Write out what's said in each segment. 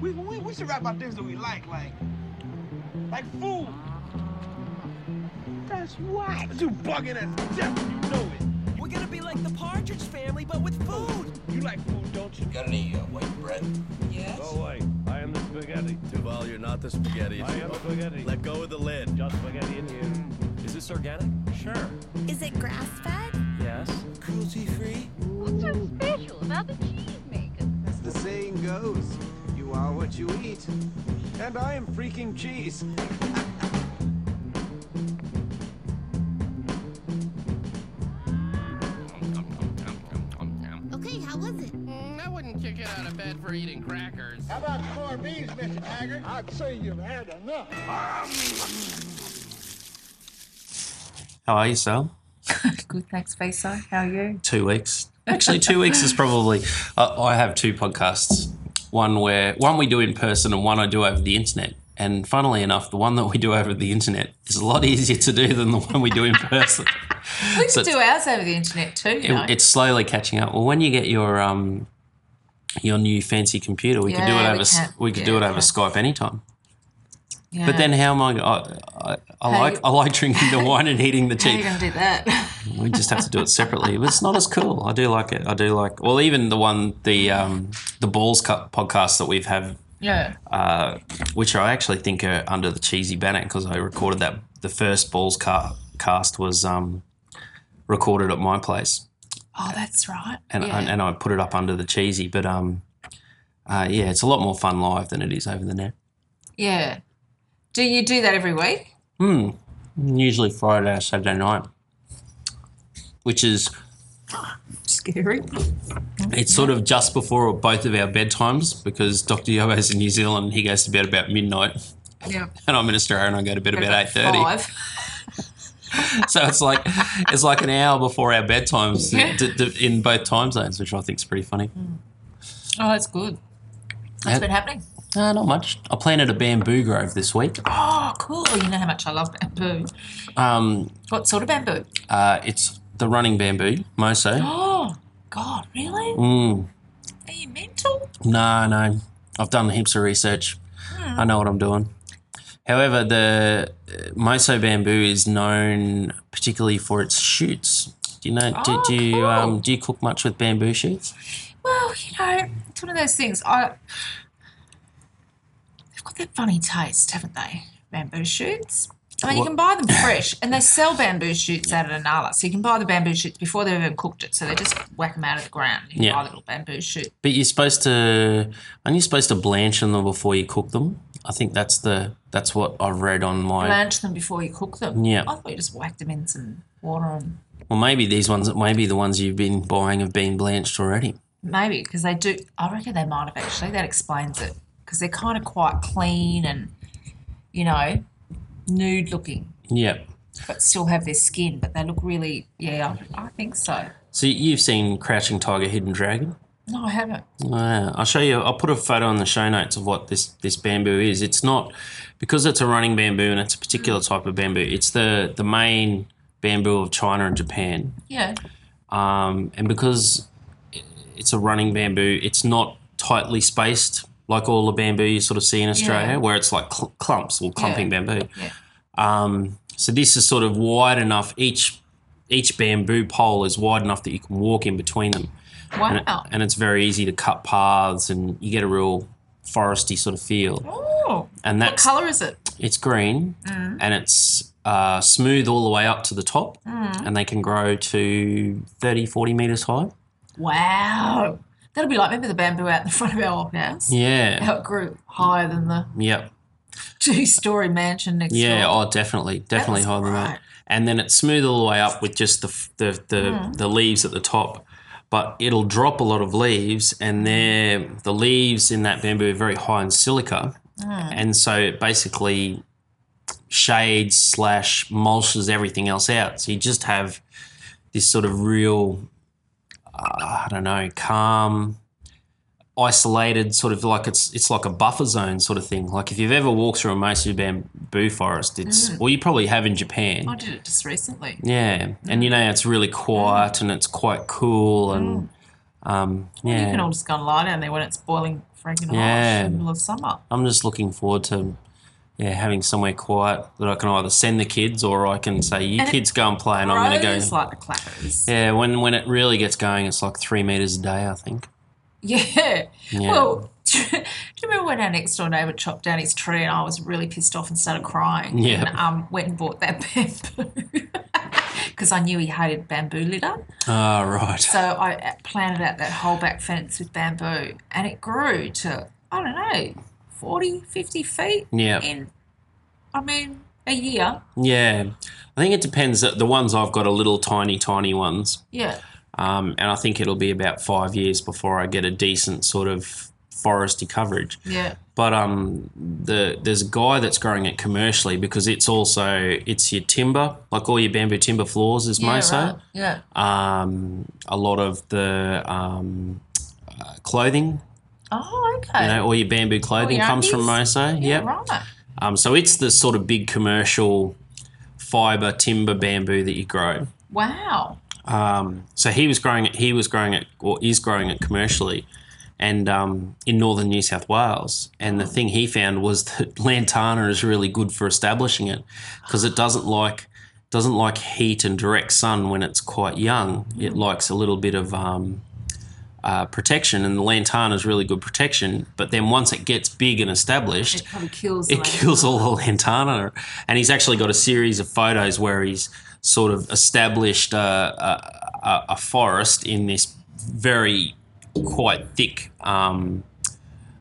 we, we, we should rap about things that we like, like like food. That's whack. You bugging as death, you know it. We're gonna be like the Partridge Family, but with food. You like food, don't you? Got any uh, white bread? Yes. Go away. I am the spaghetti. Duval, you're not the spaghetti. I am spaghetti. Let go of the lid. Just spaghetti in here. Is this organic? Sure. Is it grass fed? Yes. Cruelty free. What's so special about the cheese maker? As the saying goes, you are what you eat. And I am freaking cheese. Okay, how was it? I wouldn't kick it out of bed for eating crackers. How about corned beans, Mr. Taggart? I'd say you've had enough. How are you, Sal? Good, thanks, Faisal. How are you? Two weeks. Actually, two weeks is probably. I I have two podcasts. One where one we do in person, and one I do over the internet. And funnily enough, the one that we do over the internet is a lot easier to do than the one we do in person. We So could do ours over the internet too, you It- know. it's slowly catching up. Well, when you get your um, your new fancy computer, we could do it Yeah, over we s- can- we could yeah, do it we over can. Skype anytime. Yeah. But then how am I? I, I, I How like you- I like drinking the wine and eating the how are you tea. going to do that? We just have to do it separately. But it's not as cool. I do like it. I do like. Well, even the one the um, the balls cut podcast that we've had, yeah. uh, which I actually think are under the cheesy banner because I recorded that the first balls cut cast was um, recorded at my place, Oh, that's right. and yeah. and, and I put it up under the cheesy. But um, uh, yeah, it's a lot more fun live than it is over the net. yeah. Do you do that every week? Hmm. Usually Friday or Saturday night, which is Scary. It's sort of just before both of our bedtimes because Dr. Yobo's in New Zealand. He goes to bed about midnight, Yeah. and I'm in Australia and I go to bed about eight thirty. Five. So it's like it's like an hour before our bedtimes Yeah. d- d- in both time zones, which I think is pretty funny. Oh, that's good. That's Yeah. been happening. Uh, not much. I planted a bamboo grove this week. Oh, cool. You know how much I love bamboo. Um, What sort of bamboo? uh, it's the running bamboo, Moso. Oh, God, really? Mm, Are you mental? no, no. I've done heaps of research. Hmm. I know what I'm doing. However, the uh, Moso bamboo is known particularly for its shoots. Do you know? do, Oh, do you um, cool. do you cook much with bamboo shoots? Well, you know, it's one of those things. I they've got that funny taste, haven't they? Bamboo shoots. I mean, What- you can buy them fresh, and they sell bamboo shoots out at Anala, so you can buy the bamboo shoots before they've even cooked it. So they just whack them out of the ground. You can Yeah. buy the little bamboo shoot. But you're supposed to aren't you supposed to blanch them before you cook them? I think that's the that's what I've read on my. Blanch them before you cook them. Yeah. I thought you just whacked them in some water and Well, maybe these ones, maybe the ones you've been buying have been blanched already. maybe because they do. I reckon they might have actually. That explains it because they're kind of quite clean and you know nude looking. Yeah. but still have their skin, but they look really, yeah, I, I think so. So you've seen Crouching Tiger, Hidden Dragon. No, I haven't. Wow. I'll show you. I'll put a photo in the show notes of what this this bamboo is. It's not because it's a running bamboo and it's a particular type of bamboo. It's the the main bamboo of China and Japan. Yeah. Um, and because i- it's a running bamboo, it's not tightly spaced like all the bamboo you sort of see in Australia, Yeah. where it's like cl- clumps or clumping bamboo. Yeah. Um, so this is sort of wide enough. Each each bamboo pole is wide enough that you can walk in between them and, it- Wow. Oh. and it's very easy to cut paths and you get a real foresty sort of feel Oh. and What that's colour is it? it's green Mm. and it's uh, smooth all the way up to the top Mm. and they can grow to 30 40 meters high Wow. That'll be like, remember the bamboo out in front of our old house? yeah How it grew higher than the yep two story mansion next door. yeah oh definitely definitely was higher than that right. and then it's smooth all the way up with just the f- the the, the leaves at the top but it'll drop a lot of leaves and they're the leaves in that bamboo are very high in silica Mm. and so it basically shades slash mulches everything else out. So you just have this sort of real, uh, I don't know, calm, isolated sort of like it's it's like a buffer zone sort of thing. Like if you've ever walked through a Mosu bamboo forest, it's well you probably have in Japan. I did it just recently. Yeah, and you know it's really quiet and um, it's quite cool and um, You yeah. Mm. can all just go and lie down there when it's boiling friggin' Yeah. hot middle of summer. I'm just looking forward to yeah, having somewhere quiet that I can either send the kids or I can say, you And it kids go and play and I'm going Crows to go. like the clappers. Yeah, when, when it really gets going, it's like three metres a day, I think. Yeah. Yeah. Well, do you remember when our next door neighbour chopped down his tree and I was really pissed off and started crying? Yeah. And um, went and bought that bamboo because I knew he hated bamboo litter. Ah, right. So I uh, planted out that whole back fence with bamboo and it grew to, I don't know, 40, 50 feet Yeah. in, I mean, a year. Yeah. I think it depends. The the ones I've got are little tiny, tiny ones. Yeah. Um, and I think it'll be about five years before I get a decent sort of foresty coverage. Yeah. But um, the there's a guy that's growing it commercially because it's also it's your timber, like all your bamboo timber floors is Yeah, moso. right. Yeah. Um, a lot of the um, uh, clothing, Oh, okay. you know, all your bamboo clothing your comes from undies? moso. yeah, yep. right. Um, so it's the sort of big commercial fiber timber bamboo that you grow. Wow. Um, so he was growing it. He was growing it, or is growing it commercially, and um, in northern New South Wales. And the thing he found was that lantana is really good for establishing it because it doesn't like doesn't like heat and direct sun when it's quite young. It likes a little bit of um, uh, protection, and the lantana is really good protection. But then once it gets big and established, It probably kills the it kills all the lantana and he's actually got a series of photos where he's sort of established a, a, a- a forest in this very quite thick um,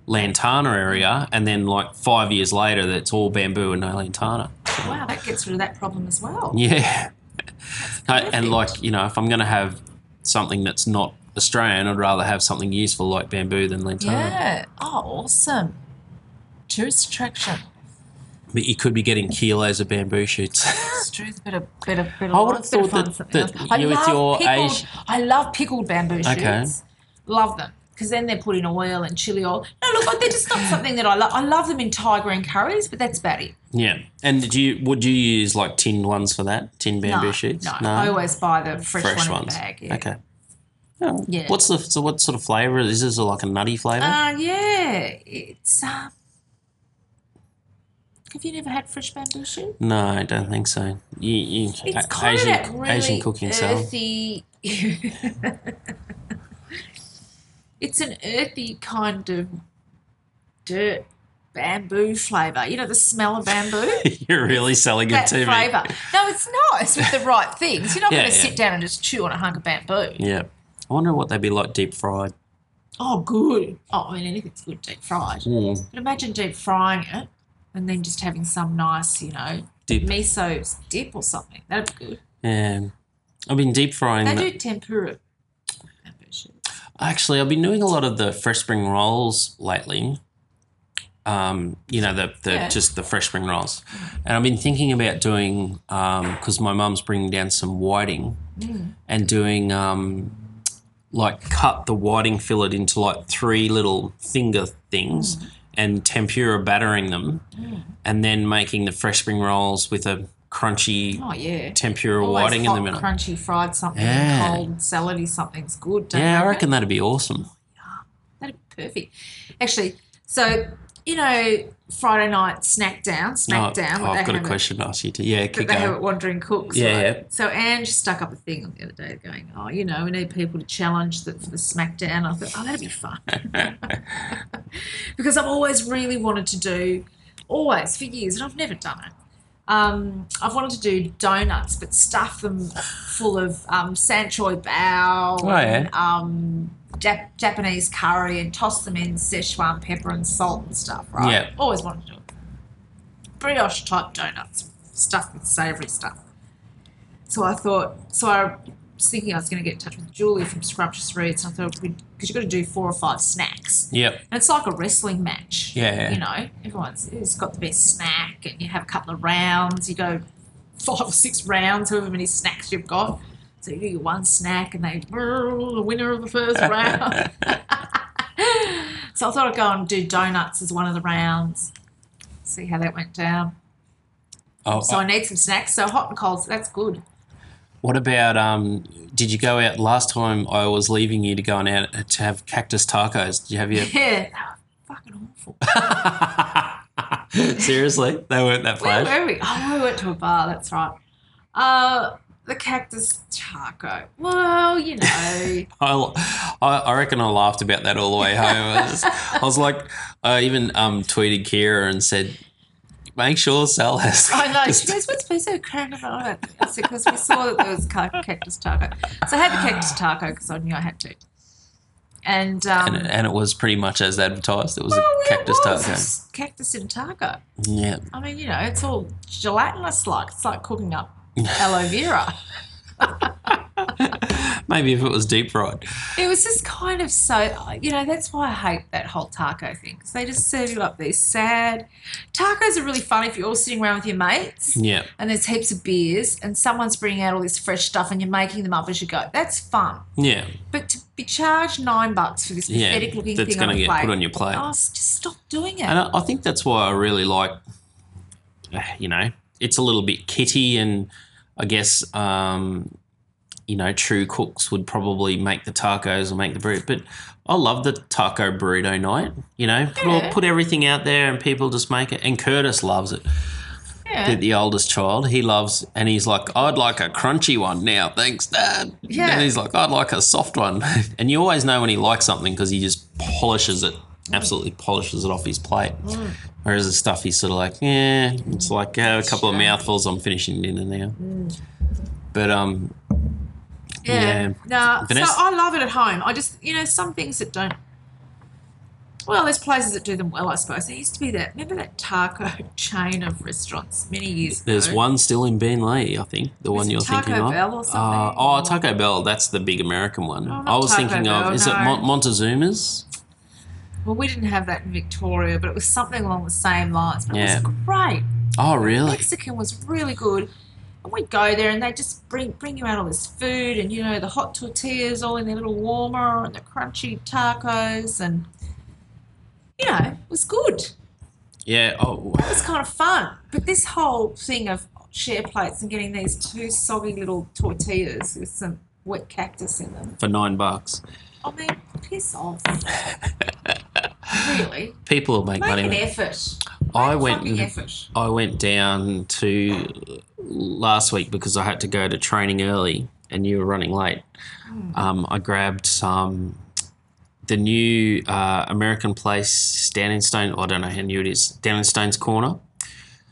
lantana area and then like five years later that's all bamboo and no lantana Wow, that gets rid of that problem as well. yeah Uh, and like you know if i'm going to have something that's not australian i'd rather have something useful like bamboo than lantana Yeah. Oh, awesome. Tourist attraction. but you could be getting kilos of bamboo shoots It's true. It's a bit of, bit of, bit of I would lot have of bit of thought fun, that- something else. that I you with love your pickled, Asi- I love pickled bamboo shoots. Okay. Love them. Because then they're put in oil and chili oil. No, look, like, they're just not something that I love. I love them in Thai green curries, but that's about it. Yeah. And did you would you use like tinned ones for that? Tinned bamboo no, shoots? No, I always buy the fresh, fresh one in ones. the bag. Yeah. Okay. Oh. Yeah. What's the so what sort of flavour is this? Is it like a nutty flavour? Uh, yeah. It's. Um, have you never had fresh bamboo shoot? no, I don't think so. You, you, It's A- kind Asian, of that really Asian cooking style. earthy. it's an earthy kind of dirt bamboo flavour. You know the smell of bamboo. You're really selling it that to me. flavour. No, it's not. It's with the right things. You're not Yeah, going to yeah. sit down and just chew on a hunk of bamboo. Yeah. I wonder what they'd be like deep fried. Oh, good. Oh, I mean anything's good deep fried. Mm. But imagine deep frying it and then just having some nice, you know, Dip. miso dip or something. That'd be good. Yeah. I've been deep frying. They the- do tempura bamboo shoots. Actually, I've been doing a lot of the fresh spring rolls lately. Um, you know, the, the Yeah. just the fresh spring rolls. And I've been thinking about doing, because my mum's bringing down some whiting Hmm. and doing um, like cut the whiting fillet into like three little finger things Hmm. and tempura battering them and then making the fresh spring rolls with a crunchy Oh yeah. tempura Always whiting in hot, the middle. Crunchy fried something, Yeah. cold salady something's good. Don't Yeah, they? I reckon that'd be awesome. that'd be perfect. Actually, so you know, Friday night snack down, No, oh, snack down. what they I've got a have at- question to ask you too. Yeah, That keep they have at going. Wandering Cooks. Yeah, right? yeah. So Ange stuck up a thing on the other day going, oh, you know, we need people to challenge the, the SmackDown. I thought, oh, that'd be fun. because I've always really wanted to do, always for years, and I've never done it. Um, I've wanted to do donuts, but stuff them full of um, sanchoy bao Oh, yeah. and um, Jap- Japanese curry and toss them in Szechuan pepper and salt and stuff, right? Yeah. Always wanted to do it. Brioche type donuts, stuffed with savoury stuff. So I thought, so I was thinking I was going to get in touch with Julie from Scrumptious Reads, and I thought, because you've got to do four or five snacks. Yep. And it's like a wrestling match. Yeah. You know, everyone's who's got the best snack, and you have a couple of rounds. You go five or six rounds, however many snacks you've got. So you do your one snack, and they the winner of the first round. so I thought I'd go and do donuts as one of the rounds. See how that went down. Oh, So I need some snacks. So hot and cold, that's good. what about um? Did you go out last time? I was leaving you to go on out to have cactus tacos. Did you have your Yeah, that Seriously, they weren't that Where flash. were we? Oh, we went to a bar. That's right. Uh, the cactus taco. Well, you know, I, I, I reckon I laughed about that all the way home. I was, I was like, I even um, tweeted Kira and said, "Make sure Sal has." I know. She goes, "What's peso crown about it?" I said, "Because we saw that there was ca- cactus taco." So I had the cactus taco because I knew I had to. And um, and, it, and it was pretty much as advertised. It was well, a yeah, it cactus was. taco. It's Cactus and taco. Yeah, I mean, you know, it's all gelatinous like. It's like cooking up aloe vera. maybe if it was deep fried. It was just kind of so, you know, that's why I hate that whole taco thing because they just serve you up these sad. Tacos are really fun if you're all sitting around with your mates Yeah, and there's heaps of beers and someone's bringing out all this fresh stuff and you're making them up as you go. That's fun. yeah. But to be charged nine bucks for this Yeah, pathetic looking that's thing on gonna a get plate. put on your plate. Oh, s- just stop doing it. And I, I think that's why I really like, uh, you know, it's a little bit kitty, and I guess, um, you know, true cooks would probably make the tacos or make the burrito. But I love the taco burrito night. You know, put, all, Yeah. put everything out there, and people just make it. And Curtis loves it. yeah. The, the oldest child, he loves, and he's like, "I'd like a crunchy one now, thanks, Dad." Yeah. And he's like, "I'd like a soft one," and you always know when he likes something because he just polishes it, absolutely polishes it off his plate. Mm. Whereas the stuff he's sort of like, yeah, it's like uh, a couple of mouthfuls. I'm finishing dinner now. Mm. But um, Yeah. Yeah. No, Vanessa- so I love it at home. I just, you know, some things that don't. Well, there's places that do them well, I suppose. There used to be that. Remember that taco chain of restaurants many years ago? there's one still in Beenleigh, I think, the one it you're Taco thinking of. Bell or something? Uh, oh, Taco Bell. That's the big American one. Oh, not I was Taco thinking of. Bell, Is it no. Mon- Montezuma's? Well, we didn't have that in Victoria, but it was something along the same lines. But Yeah. it was great. Oh, really? Mexican was really good. And we'd go there and they just bring bring you out all this food and you know the hot tortillas all in their little warmer and the crunchy tacos and you know, it was good. Yeah. Oh, It was kind of fun. But this whole thing of share plates and getting these two soggy little tortillas with some wet cactus in them. for nine bucks. I mean, piss off. really? People will make, Make money. an with it. effort. I Make a went. fucking effort. I went down to last week because I had to go to training early, and you were running late. Hmm. Um, I grabbed some the new uh, American place Down in Stone. I don't know how new it is. Down in Stone's Corner.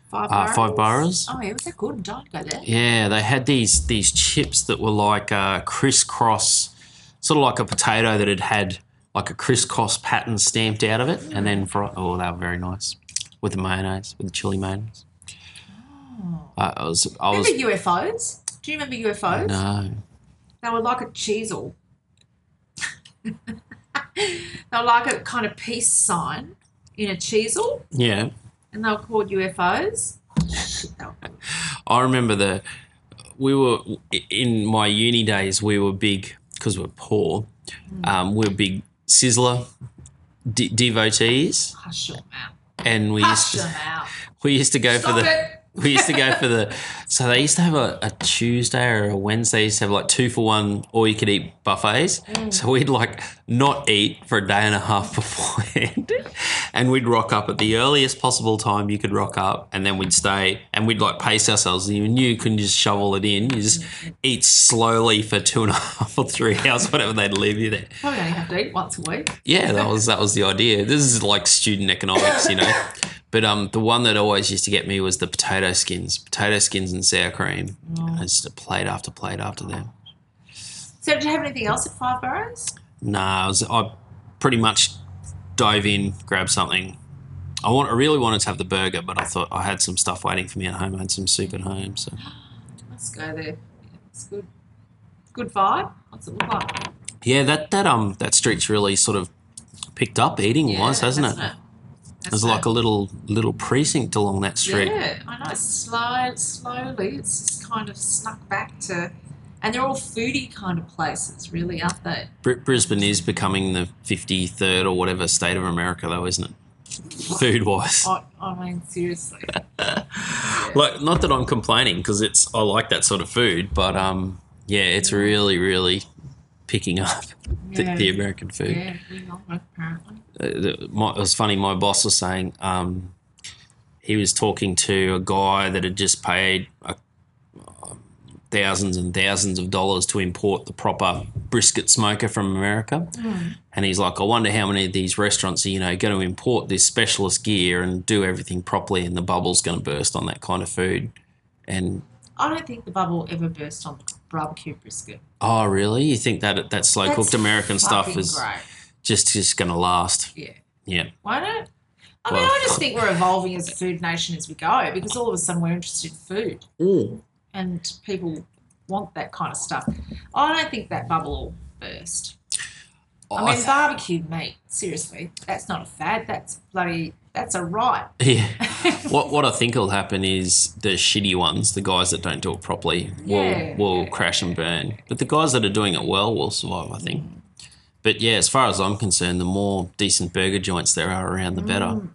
Five Uh, five boroughs? boroughs. Oh, yeah, was that good? Don't go there. Yeah, they had these these chips that were like uh, crisscross, sort of like a potato that had had like a crisscross pattern stamped out of it, and then fry. Oh, they were very nice with the mayonnaise, with the chili mayonnaise. Uh, I was, I was. Oh. Remember UFOs? Do you remember UFOs? No, They were like a chisel. they were like a kind of peace sign in a chisel, yeah, and they were called UFOs. They were I remember the. We were in my uni days. We were big because we're poor. Hmm. Um, we were big sizzler de- devotees, Hush your mouth. and we used Hush your to, mouth. we used to go Stop for the. it. we used to go for the so they used to have a, a tuesday or a wednesday they used to have like two for one all you could eat buffets so we'd like not eat for a day and a half beforehand and we'd rock up at the earliest possible time you could rock up and then we'd stay and we'd like pace ourselves you knew you couldn't just shovel it in you just eat slowly for two and a half or three hours whatever they'd leave you there Probably only have to eat once a week. yeah, that was that was the idea. This is like student economics, you know. But um, the one that always used to get me was the potato skins, potato skins and sour cream. And it's just a plate after plate after them. So, did you have anything else at Five Boroughs? Nah, I, was, I pretty much dove in, grabbed something. I want, I really wanted to have the burger, but I thought I had some stuff waiting for me at home. I had some soup at home, so Let's go there. Yeah, It's good. Good vibe. What's it look like? yeah, that that um that street's really sort of picked up eating wise, Yeah, hasn't it? There's like a little little precinct along that street. Yeah, I know. Slide slowly. It's just kind of snuck back to, and they're all foodie kind of places, really, aren't they? Br- Brisbane is becoming the 53rd or whatever state of America, though, isn't it? Food wise. I, I mean, seriously. Like, not that I'm complaining because it's I like that sort of food, but um, yeah, it's really, really picking up the, Yeah. the American food. Yeah, we are, apparently. Uh, the- my, it was funny. My boss was saying um, he was talking to a guy that had just paid uh, thousands and thousands of dollars to import the proper brisket smoker from America. Hmm. And he's like, I wonder how many of these restaurants are, you know, going to import this specialist gear and do everything properly, and the bubble's going to burst on that kind of food. And I don't think the bubble ever burst on barbecue brisket. oh, really? You think that that slow That's cooked American stuff fucking is great. just just going to last? Yeah. Yeah. Why not? I mean, Well- I just think we're evolving as a food nation as we go because all of a sudden we're interested in food and people want that kind of stuff. I don't think that bubble will burst. Oh, I mean, barbecue meat, seriously, that's not a fad. That's bloody, that's a right. Yeah. what what I think will happen is the shitty ones, the guys that don't do it properly, will Yeah. will crash and burn. But the guys that are doing it well will survive, I think. But yeah, as far as I'm concerned, the more decent burger joints there are around, the better. Mm.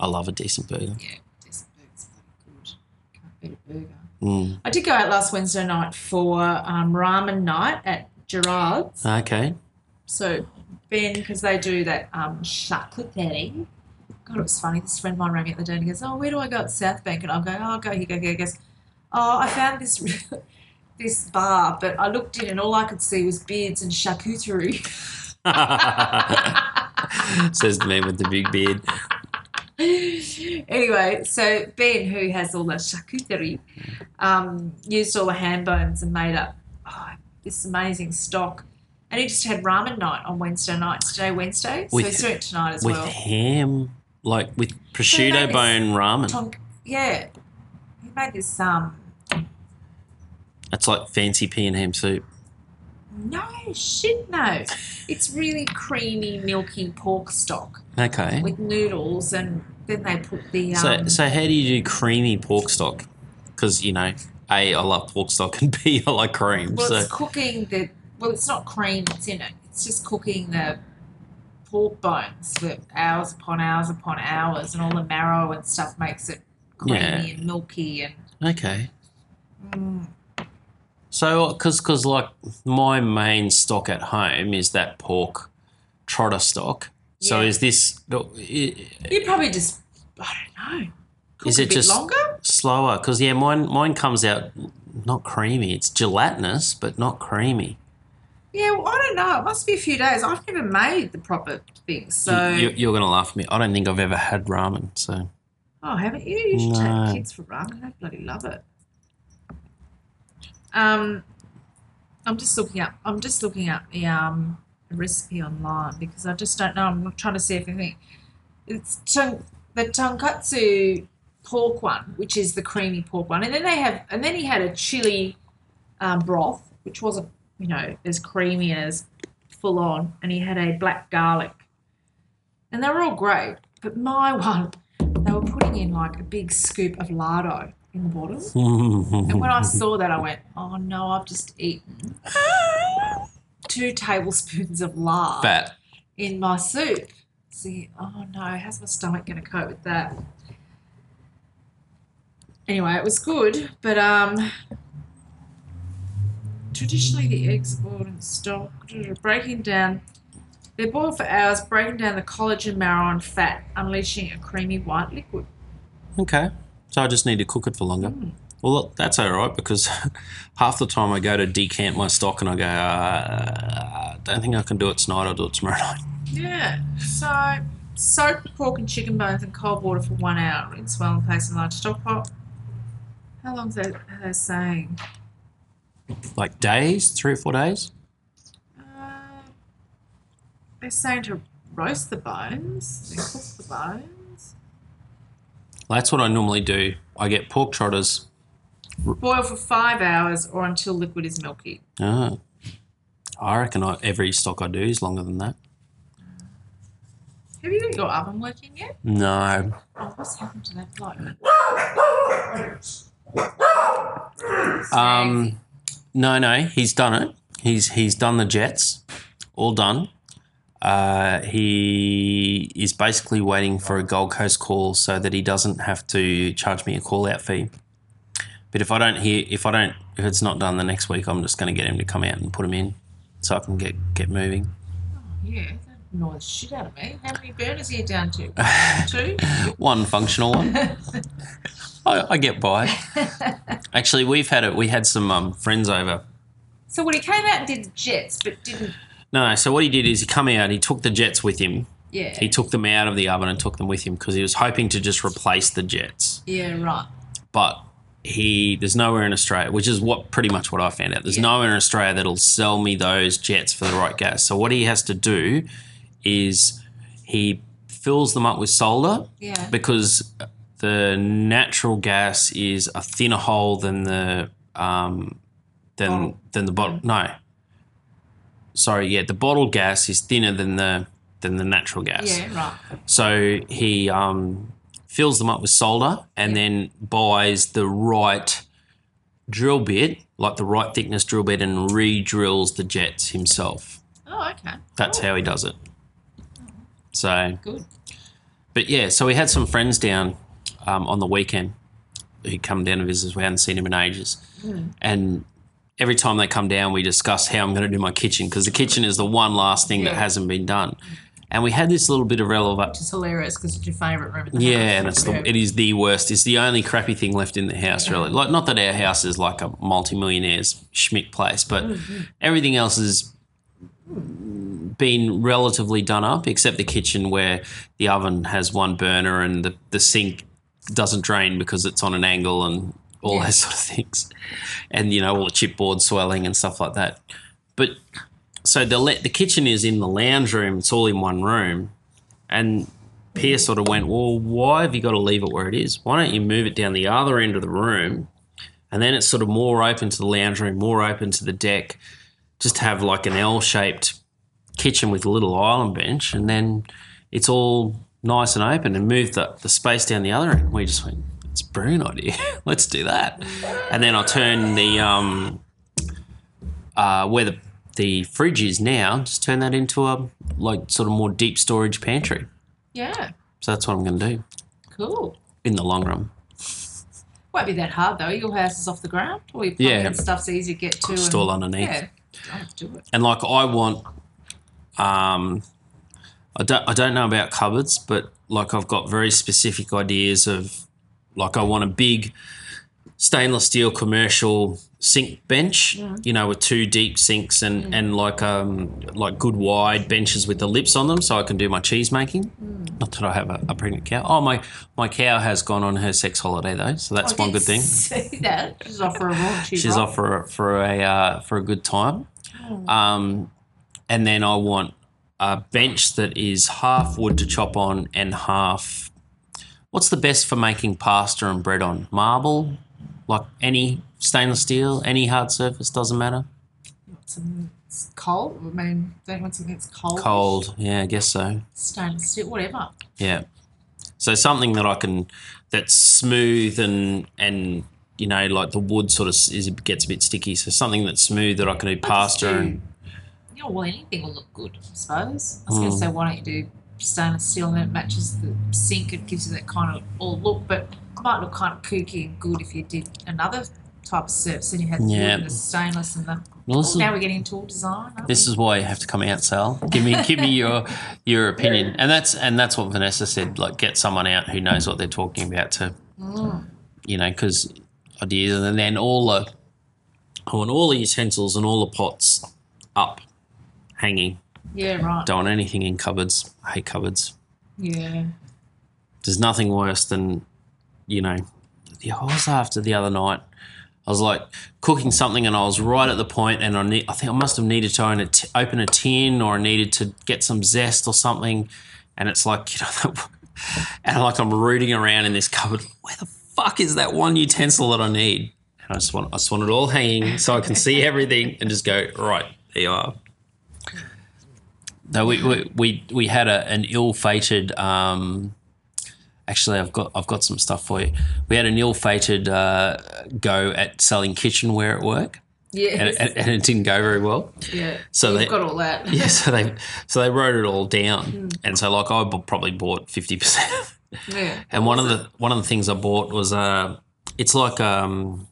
I love a decent burger. Yeah, decent burger's bloody good. Can't beat a burger. Mm. I did go out last Wednesday night for um, ramen night at Gerard's. Okay. So Ben, because they do that um, charcuterie. God, it was funny. This friend of mine rang me up the day and he goes, "Oh, where do I go at South Bank?" And I'm going, "Oh, go here, go here." He goes, "Oh, I found this this bar, but I looked in and all I could see was beards and charcuterie." Says the man with the big beard. anyway, so Ben, who has all the charcuterie, um, used all the ham bones and made up oh, this amazing stock. And he just had ramen night on Wednesday night. Today, Wednesday, so With- he's doing it tonight as With well. ham, like with prosciutto this- bone ramen. Tom, yeah, he made this. Um, That's like fancy pea and ham soup. no shit, no. It's really creamy, milky pork stock Okay. with noodles, and then they put the um, So, so how do you do creamy pork stock? Because you know, a I love pork stock and b I like cream. Well, so it's cooking the. Well, it's not cream that's in it. It's just cooking the pork bones for hours upon hours upon hours, and all the marrow and stuff makes it creamy Yeah. and milky. And okay. Mm. So because because like my main stock at home is that pork trotter stock. So Yeah. is this uh, i- you probably just I don't know. Cook Is a it bit just- longer? slower? Because yeah, mine mine comes out not creamy. It's gelatinous but not creamy. Yeah, well, I don't know. It must be a few days. I've never made the proper thing, so you, you're gonna laugh at me. I don't think I've ever had ramen. So Oh, haven't you? You should No. take kids for ramen. They bloody love it. Um, I'm just looking up. I'm just looking up the um the recipe online because I just don't know. I'm trying to see if anything. It's ton, the tonkatsu pork one, which is the creamy pork one, and then they have, and then he had a chili um, broth, which wasn't you know as creamy as full on, and he had a black garlic, and they were all great. But my one, they were putting in like a big scoop of lardo in the bottom. And when I saw that, I went, oh no, I've just eaten two tablespoons of lard fat. in my soup. See, oh no, how's my stomach going to cope with that? Anyway, it was good, but um, traditionally the eggs are boiled in stock, breaking down. They're boiled for hours, breaking down the collagen, marrow, and fat, unleashing a creamy white liquid. Okay. So I just need to cook it for longer. Well, look, that's all right because half the time I go to decant my stock and I go, uh, I don't think I can do it tonight. I'll do it tomorrow night. Yeah. So soak the pork and chicken bones in cold water for one hour. Rinse well and place in large stock pot. How long's that? Are they saying? Like days, three or four days. Uh, they're saying to roast the bones, then cook the bones, That's what I normally do. I get pork trotters. boil for five hours or until liquid is milky. Ah. I reckon I, every stock I do is longer than that. Have you got your oven working yet? No. Oh, what's happened to that bloke? Um, no, no, he's done it. He's he's done the jets, all done. Uh, he is basically waiting for a Gold Coast call so that he doesn't have to charge me a call out fee. But if I don't hear, if I don't, if it's not done the next week, I'm just going to get him to come out and put him in. so I can get get moving. Yeah, that annoys the shit out of me. How many burners are you down to? Two? One functional one. I, I get by. Actually, we've had it. We had some um, friends over. So when he came out and did the jets, but didn't. No, so what he did is he come out. He took the jets with him. Yeah. He took them out of the oven and took them with him because he was hoping to just replace the jets. yeah, right. But he there's nowhere in Australia, which is what pretty much what I found out. There's Yeah. nowhere in Australia that'll sell me those jets for the right gas. So what he has to do is he fills them up with solder Yeah. because the natural gas is a thinner hole than the um, than Bottle. Mm-hmm. than the bottle. No, sorry, yeah, the bottled gas is thinner than the than the natural gas. Yeah, right. So he um, fills them up with solder and then buys the right drill bit, like the right thickness drill bit, and re-drills the jets himself. Oh, okay. That's how he does it. So Good. but yeah, so we had some friends down um, on the weekend who'd come down to visit us. We hadn't seen him in ages. And every time they come down, we discuss how I'm going to do my kitchen because the kitchen is the one last thing that Yeah. hasn't been done. And we had this little bit of relevant. Which is hilarious because it's your favourite room in the Yeah, house. and it's the, Yeah. it is the worst. It's the only crappy thing left in the house, really. Like, not that our house is like a multimillionaire's schmick place, but Mm-hmm. everything else has been relatively done up, except the kitchen where the oven has one burner and the, the sink doesn't drain because it's on an angle and all Yeah. those sort of things, and you know all the chipboard swelling and stuff like that. But so the le- the kitchen is in the lounge room; it's all in one room, and Pierce sort of went, "Well, why have you got to leave it where it is? Why don't you move it down the other end of the room?" And then it's sort of more open to the lounge room, more open to the deck, just have like an L shaped kitchen with a little island bench, and then it's all nice and open and move the, the space down the other end. We just went, it's a brilliant idea. Let's do that. And then I turned the um, uh, where the the fridge is now, just turn that into a like sort of more deep storage pantry. Yeah, So that's what I'm going to do cool. in the long run. Won't be that hard though. Your house is off the ground, or your Yeah. yeah. stuff's easy to get to. Just and- all underneath. Yeah, I'll do it. And like I want, um, I don't I don't know about cupboards, but like I've got very specific ideas of, like I want a big stainless steel commercial sink bench, you know, with two deep sinks and and like um like good wide benches with the lips on them, so I can do my cheese making. Not that I have a, a pregnant cow. Oh my my cow has gone on her sex holiday though, so that's I one did good thing. See that she's off for a launch. She's off for a, for a uh, for a good time. Um, and then I want a bench that is half wood to chop on and half. What's the best for making pasta and bread on? Marble, like any stainless steel, any hard surface doesn't matter. Something that's cold. I mean, they want something that's cold. Cold, yeah, I guess so. Stainless steel, whatever. Yeah. So something that I can that's smooth and and you know like the wood sort of is gets a bit sticky. So something that's smooth that I can do pasta do- and You know, well, anything will look good, I suppose. I was Hmm. going to say, why don't you do stainless steel and it matches the sink? It gives you that kind of all look, but it might look kind of kooky and good if you did another type of service and you had the wood Yeah. and the stainless and the. Well, Oh, this is- now we're getting into all design. Aren't This we? is why you have to come out, Sal. Give me, give me your your opinion, and that's and that's what Vanessa said. Like, get someone out who knows what they're talking about to, Hmm. you know, because ideas, and then all the, I want all the utensils and all the pots up, hanging. yeah, right. Don't want anything in cupboards. I hate cupboards. Yeah. There's nothing worse than, you know, the I was after the other night. I was like cooking something, and I was right at the point, and I need, I think I must have needed to own a t- open a tin, or I needed to get some zest or something, and it's like you know, and like I'm rooting around in this cupboard. Where the fuck is that one utensil that I need? And I just want, I just want it all hanging so I can see everything and just go right. There you are. No, we we we, we had a, an ill-fated. Um, actually, I've got I've got some stuff for you. We had an ill-fated uh, go at selling kitchenware at work, and, Yes. and, and it didn't go very well. yeah. so You've they- got all that. Yeah, so they so they wrote it all down, and so like I bu- probably bought fifty percent. Yeah. And one of the one of the things I bought was uh, it's like um,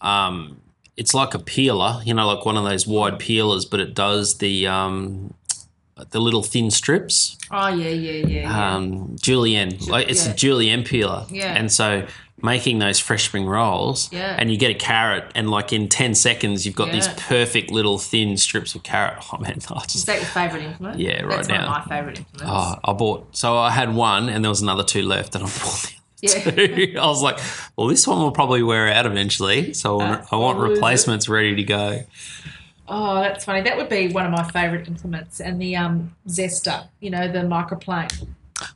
um, it's like a peeler, you know, like one of those wide peelers, but it does the um, the little thin strips. Oh yeah, yeah, yeah. yeah. Um, julienne, Ju- like it's yeah. a julienne peeler, Yeah. and so making those fresh spring rolls, Yeah. and you get a carrot, and like in ten seconds you've got these Yeah. perfect little thin strips of carrot. Oh man, I Is just that your favourite implement? Yeah, right That's now. one of my favourite implements. oh, I bought so I had one, and there was another two left, and I bought. the yeah. two. I was like, well, this one will probably wear out eventually, so I want- I want Absolutely. replacements ready to go. Oh, that's funny. That would be one of my favourite implements, and the um zester. You know, the microplane.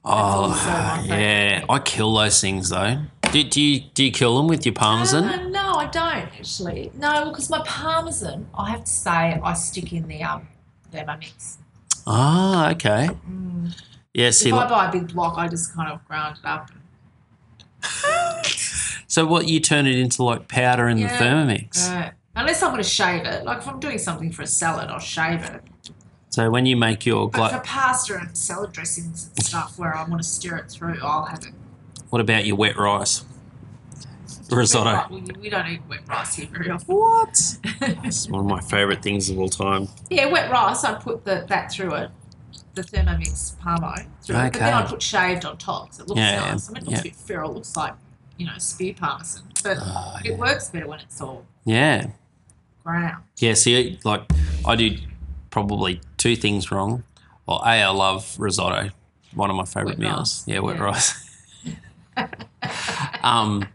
Oh, also my favourite. yeah. I kill those things though. Do, do you do you kill them with your parmesan? Uh, no, I don't actually. No, because my parmesan, I have to say, I stick in the um demo mix. Mm. Ah, okay. Yeah. See, if I like- buy a big block, I just kind of ground it up. so what you turn it into like powder in Yeah. the Thermomix. Uh, unless I'm going to shave it. Like if I'm doing something for a salad, I'll shave it. So when you make your But for gla- pasta and salad dressings and stuff, where I want to stir it through, I'll have it. what about your wet rice Right, risotto? We, we don't eat wet rice here very often. What? it's one of my favorite things of all time. Yeah, wet rice. I put the, that through it, the Thermomix Parmo through it. But then I Okay. put shaved on top, so it looks Yeah, yeah, nice. I mean, it looks yeah. a bit feral. It looks like you know spear parmesan, but Ah, it works better when it's all Yeah. ground. Yeah, see, like I do probably two things wrong. Well, A, I love risotto, one of my Wet favorite meals. rice, Yeah, wet yeah. rice. um,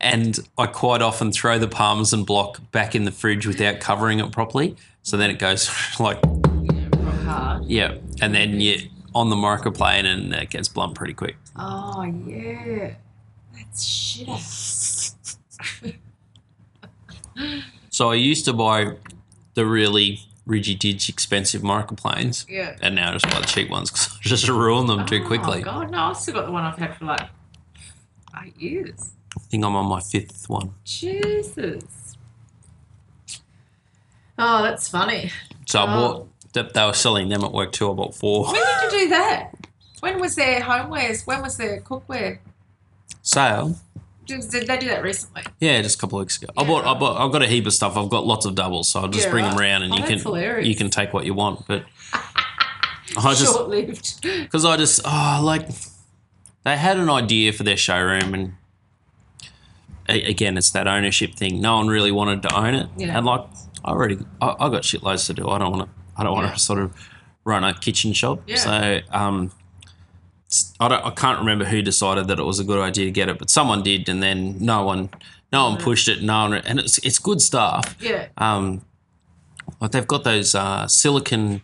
and I quite often throw the parmesan block back in the fridge without covering it properly. So then it goes like, Yeah, real hard. yeah. And then you on the microplane and it gets blunt pretty quick. Oh yeah, that's shit. So I used to buy the really rigid, ditch expensive microplanes. Yeah. And now I just buy the cheap ones because I just ruin them too Oh quickly. god, no! I've still got the one I've had for like eight years. I think I'm on my fifth one. Jesus. Oh, that's funny. So I Oh. bought. They, they were selling them at work too. I bought four. When did you do that? When was their homewares? When was their cookware? Sale. Did, did they do that recently? Yeah, just a couple of weeks ago. I Yeah. bought. I bought. I've got a heap of stuff. I've got lots of doubles, so I'll just Yeah, bring them right. around, and Oh, you can that's hilarious. you can take what you want. But I just Short lived. because I just oh like they had an idea for their showroom and. a- Again, it's that ownership thing. No one really wanted to own it, Yeah. and like I already, I, I got shitloads to do. I don't want to, I don't want Yeah. to sort of run a kitchen shop. Yeah. So um, s- I, don't, I can't remember who decided that it was a good idea to get it, but someone did, and then no one, no Mm. one pushed it. No one, and it's it's good stuff. Yeah. Um, like they've got those uh, silicon,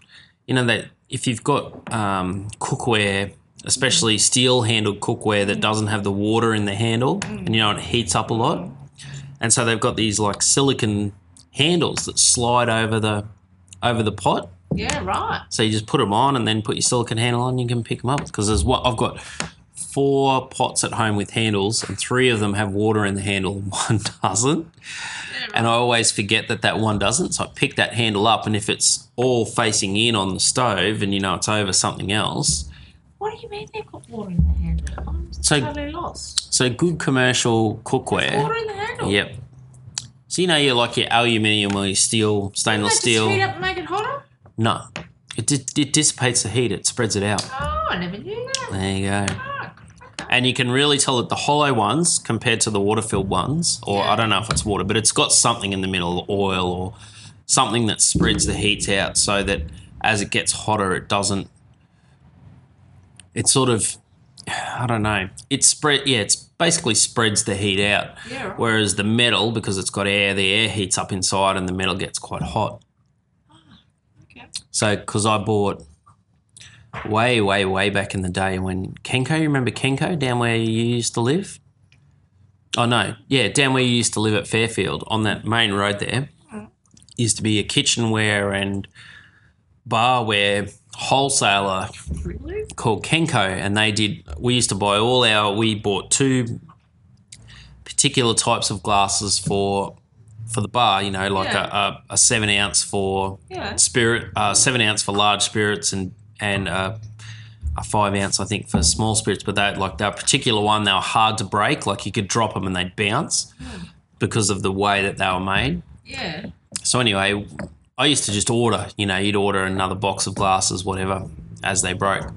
you know that if you've got um, cookware, especially steel handled cookware that doesn't have the water in the handle, and you know it heats up a lot, and so they've got these like silicon handles that slide over the over the pot. Yeah, right. So you just put them on and then put your silicon handle on. You can pick them up because there's what I've got four pots at home with handles, and three of them have water in the handle, and one doesn't. And I always forget that that one doesn't. So I pick that handle up, and if it's all facing in on the stove, and you know it's over something else. What do you mean they've got water in the handle? I'm So- totally lost. So good commercial Water cookware. in the handle. Yep. So you know your like your aluminium or your steel, Didn't they stainless just heat steel. up and make it hotter? No, it, di- it dissipates the heat. It spreads it out. Oh, I never knew that. There you go. Oh, and you can really tell that the hollow ones compared to the water filled ones, or I don't know if it's water, but it's got something in the middle, oil or something that spreads the heat out so that as it gets hotter, it doesn't. It sort of, I don't know. It spread, yeah. It's basically spreads the heat out. Yeah, right. Whereas the metal, because it's got air, the air heats up inside, and the metal gets quite hot. okay. So, because I bought way, way, way back in the day when Kenko, you remember Kenko down where you used to live? Oh, no. Yeah, down where you used to live at Fairfield on that main road there Mm. used to be a kitchenware and barware wholesaler Really? called Kenko, and they did. We used to buy all our. We bought two particular types of glasses for for the bar. You know, like Yeah. a, a, a seven ounce for Yeah. spirit, uh, seven ounce for large spirits, and and uh, a five ounce I think for small spirits. But that like that particular one, they were hard to break. Like you could drop them and they'd bounce because of the way that they were made. Yeah. So anyway, I used to just order, you know, you'd order another box of glasses, whatever, as they broke.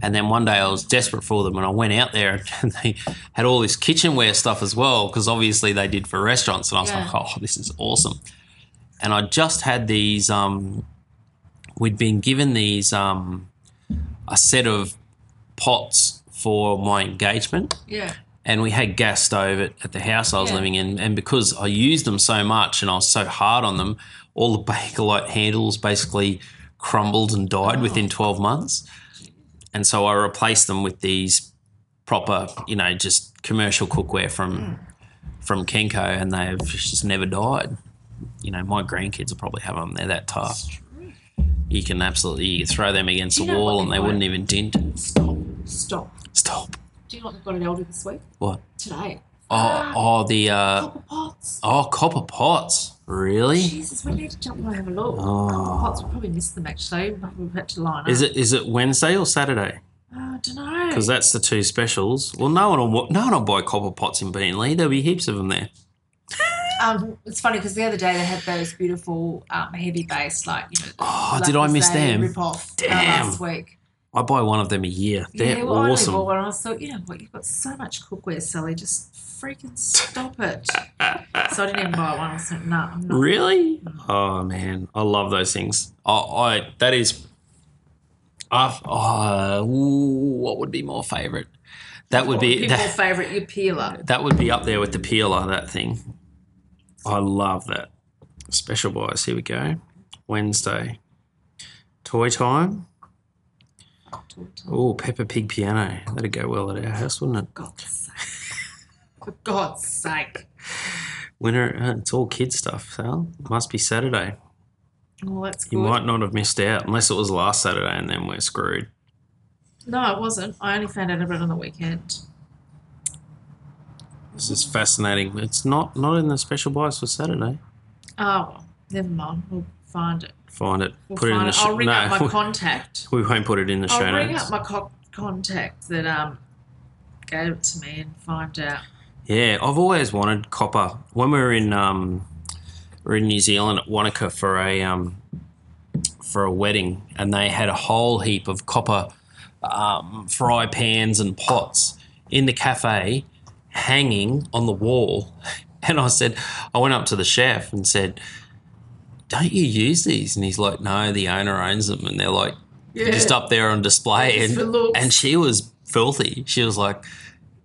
And then one day I was desperate for them, and I went out there, and they had all this kitchenware stuff as well, because obviously they did for restaurants. And I was Yeah. like, oh, this is awesome. And I just had these. Um, we'd been given these um, a set of pots for my engagement Yeah. and we had gas stove at, at the house I was Yeah. living in. And because I used them so much and I was so hard on them, all the Bakelite handles basically crumbled and died Oh. within 12 months. And so I replaced them with these proper, you know, just commercial cookware Hmm. from from Kenko, and they've just never died. You know, my grandkids will probably have them. They're that tough. You can absolutely you can throw them against Do the you know what wall, they and they might- wouldn't even dint. Stop. Stop. Stop. Do you know what they've got at Elder this week? What? Today. Ah. Oh, oh, the uh, Copper pots. Oh, copper pots. Really? Jesus, we need to jump and have a look. Oh. Copper pots, we probably missed them actually. but We've had to line up. Is it is it Wednesday or Saturday? Oh, I don't know. Because that's the two specials. Well, no one will wa- no one will buy copper pots in Beanley. There'll be heaps of them there. Um, it's funny because the other day they had those beautiful um, heavy bass, like you know. Oh, like did I miss they them? Rip off uh, Damn. last week. I buy one of them a year. They're yeah, well, I only bought awesome. one. and I thought, you know what, you've got so much cookware, Sally. Just freaking stop it. so I didn't even buy one. I said, no, I'm not. Really? Oh man, I love those things. I, I that is. Uh, oh, ooh, what would be more favorite? That would be People that, favourite your peeler. that would be up there with the peeler. That thing. I love that. Special buys. Here we go. Wednesday. Toy time. Oh, Peppa Pig piano. That'd go well at our house, wouldn't it? God's sake. For God's sake. Winter. uh, It's all kid stuff, Sal. Must be Saturday. Well, that's good. You might not have missed out unless it was last Saturday, and then we're screwed. No, it wasn't. I only found out about it on the weekend. This is fascinating. It's not not in the special buys for Saturday. Oh, well, never mind. We'll find it. Find it. We'll put it find in the it. show. I'll ring no, up my we- contact. we won't put it in the show I'll ring notes. up my co- contact that um gave it to me and find out. Yeah, I've always wanted copper. When we were in um, we were in New Zealand at Wanaka for a um, for a wedding, and they had a whole heap of copper um, fry pans and pots in the cafe, hanging on the wall. And I said, I went up to the chef and said, "Don't you use these?" And he's like, "No, the owner owns them." And they're like, Yeah. just up there on display Just and, for looks. and she was filthy she was like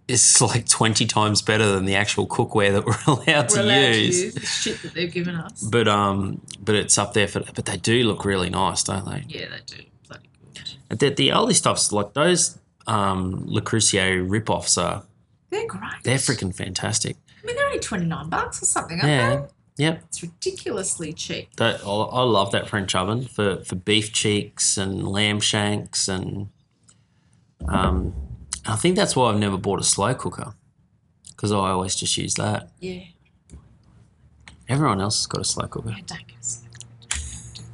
it's like 20 times better than the actual cookware that we're allowed, We're to, allowed to use. use the shit that they've given us. but um but it's up there for but they do look really nice don't they Yeah, they do. Bloody good. the, the older stuff's like those um Le Creuset rip-offs are They're great. they're freaking fantastic I mean, they're only twenty nine bucks or something. Aren't yeah They? yep It's ridiculously cheap. that, I, I love that French oven for, for beef cheeks and lamb shanks and um, I think that's why I've never bought a slow cooker because I always just use that. Yeah. Everyone else has got a slow cooker. I don't give a s-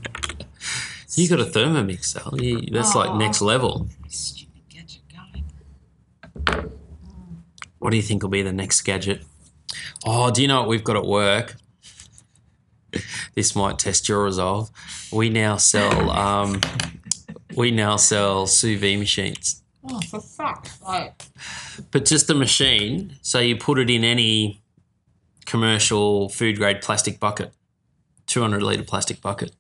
You got a Thermomix, Sal. You, that's like Oh. next level. stupid gadget going. What do you think will be the next gadget? Oh, do you know what we've got at work? this might test your resolve. We now sell um, we now sell sous vide machines. Oh, for fuck's sake. But just the machine. So you put it in any commercial food grade plastic bucket, 200 litre plastic bucket.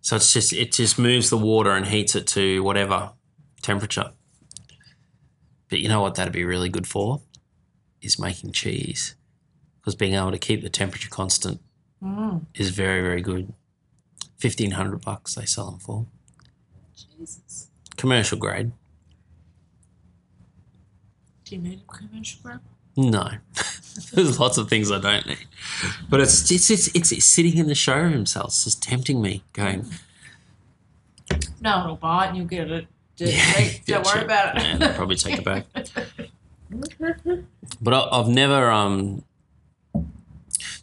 So it's just it just moves the water and heats it to whatever temperature. But you know what that'd be really good for? Is making cheese. Because being able to keep the temperature constant Mm, is very, very good. 1500 bucks they sell them for. Jesus. Commercial grade. Do you need a commercial break? No, there's lots of things I don't need, but it's it's it's, it's, it's sitting in the showroom cells, it's just tempting me. Going, No one will buy it and you'll get it. Just yeah, wait, yeah, don't worry sure. about it. Yeah, they'll probably take it back. But I, I've never um.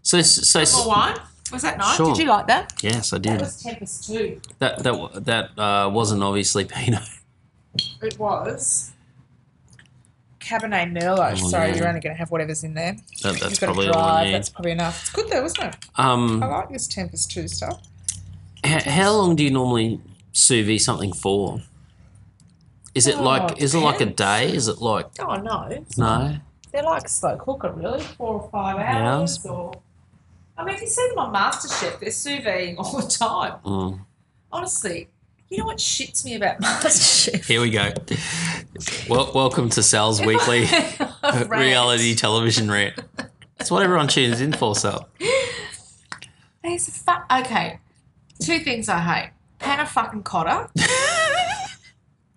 So so, Number so one. Was that nice? Sure. Did you like that? yes, I That did. was Tempest too. That that wa- that uh, wasn't obviously Pinot. It was. Cabernet Merlot, Oh, so yeah. you're only going to have whatever's in there. That, that's You've got probably to all I drive. need. That's probably enough. It's good though, isn't it? I Um, like this Tempest 2 stuff. h- how long do you normally sous vide something for? Is it Oh, like is it like a depends. day? Is it like Oh no, no? they're like slow cooker, really, four or five Hours? hours. Or I mean, if you see them on MasterChef, they're sous videing all the time. Mm. Honestly, you know what shits me about MasterChef? Here we go. Well, welcome to Sal's weekly Rant. reality television rant. That's what everyone tunes in for, Sal. These fu- okay. Two things I hate: panna fucking cotta.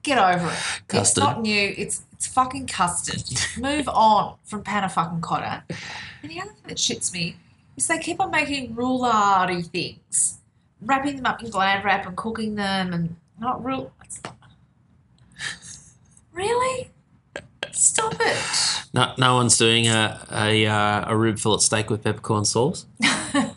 Get over it. It's Custard. not new. It's it's fucking custard. Move on from panna fucking cotta. And the other thing that shits me is they keep on making roulardy things, wrapping them up in glad wrap and cooking them, and not real. Really? Stop it. No, no one's doing a a, uh, a rib fillet steak with peppercorn sauce. I mean,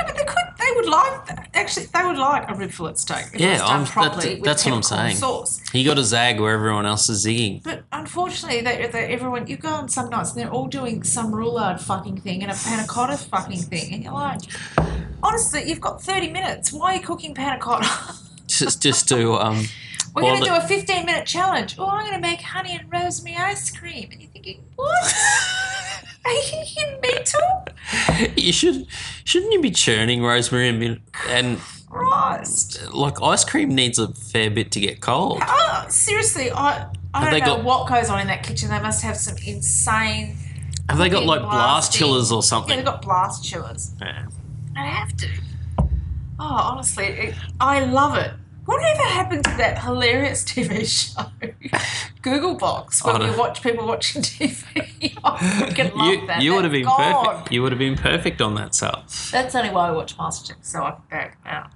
they could. They would like. that. Actually, they would like a rib fillet steak. If Yeah, it's done I'm- that- properly with that's what I'm peppercorn saying. Sauce. You got to zag where everyone else is zigging. But unfortunately, they, they, everyone you go on some nights and they're all doing some roulade fucking thing and a panna cotta fucking thing, and you're like, honestly, you've got 30 minutes. Why are you cooking panna cotta? Just just to um. We're Well, going to the- do a 15 minute challenge. Oh, I'm going to make honey and rosemary ice cream, and you're thinking, what? are you mental? You should shouldn't you be churning rosemary and min- and Christ! like ice cream needs a fair bit to get cold. Oh, seriously, I. I Have they don't know got- what goes on in that kitchen. They must have some insane. Have they got cooking, like blast blasting- chillers or Yeah, they've something? got blast chillers. Yeah. I have to. Oh, honestly, it, I love it. Whatever happened to that hilarious TV show, Google Box, I when don't- we watch people watching TV? I freaking love You, that. you would have That's been gone. perfect. You would have been perfect on that, Sal. That's only why I watch MasterChef, so I can back out.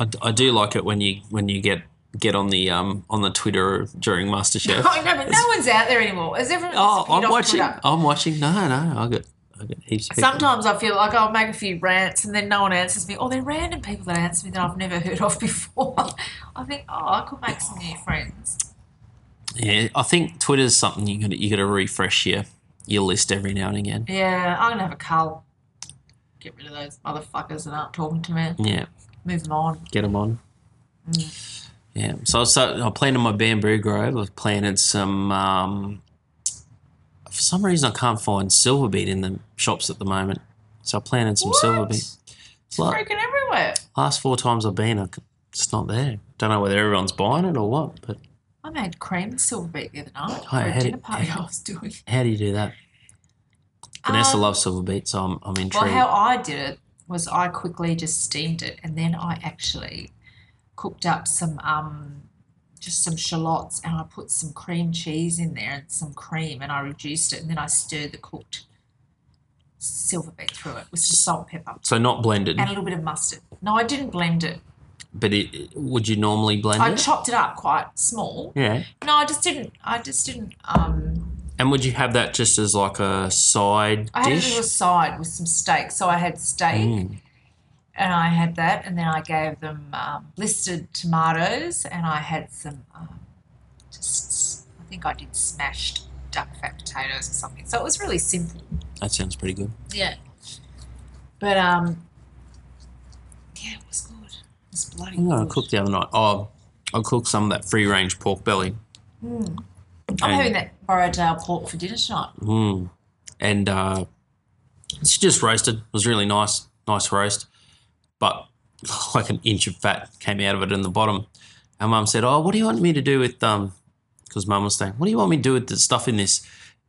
I, d- I do like it when you when you get get on the um on the Twitter during MasterChef. Oh, no, but no one's out there anymore. Is everyone? Oh, disappeared I'm off watching. Twitter? I'm watching. No, no, I got I got heaps. Of people. Sometimes I feel like I'll make a few rants and then no one answers me, or they're random people that answer me that I've never heard of before. I think, oh, I could make some new friends. Yeah, I think Twitter's something you got you got to refresh your your list every now and again. Yeah, I'm gonna have a cull. Get rid of those motherfuckers that aren't talking to me. Yeah, Move them on. get them on. Mm. Yeah, so so I planted my bamboo grove. I've planted some. Um, for some reason, I can't find silver beet in the shops at the moment. So I planted some silver What? beet. It's like Freaking everywhere. last four times I've been, I c it's not there. Don't know whether everyone's buying it or what, but I made cream and silver beet the other night for I a had dinner it- party I was doing. how do you do that? Vanessa Um, loves silver beet, so I'm, I'm intrigued. Well, how I did it was I quickly just steamed it, and then I actually cooked up some um, just some shallots, and I put some cream cheese in there and some cream, and I reduced it, and then I stirred the cooked silver beet through it with some salt, and pepper, so not blended, and a little bit of mustard. No, I didn't blend it. but it, it- would you normally blend I it? chopped it up quite small. yeah. No, I just didn't. I just didn't. Um, And would you have that just as like a side I had a dish? little side with some steak, so I had steak. Mm. and I had that, and then I gave them um, blistered tomatoes, and I had some, um, just I think I did smashed duck fat potatoes or something. So it was really simple. That sounds pretty good. Yeah. But um, yeah, it was good. It was bloody You know what I good. cooked the other night? Oh, I cooked some of that free range pork belly. I'm and- having that Borrowdale pork for dinner tonight. Mm. And uh, it's just roasted. It was really nice, nice roast. But like an inch of fat came out of it in the bottom. And mum said, "Oh, what do you want me to do with um?" Because mum was saying, "What do you want me to do with the stuff in this,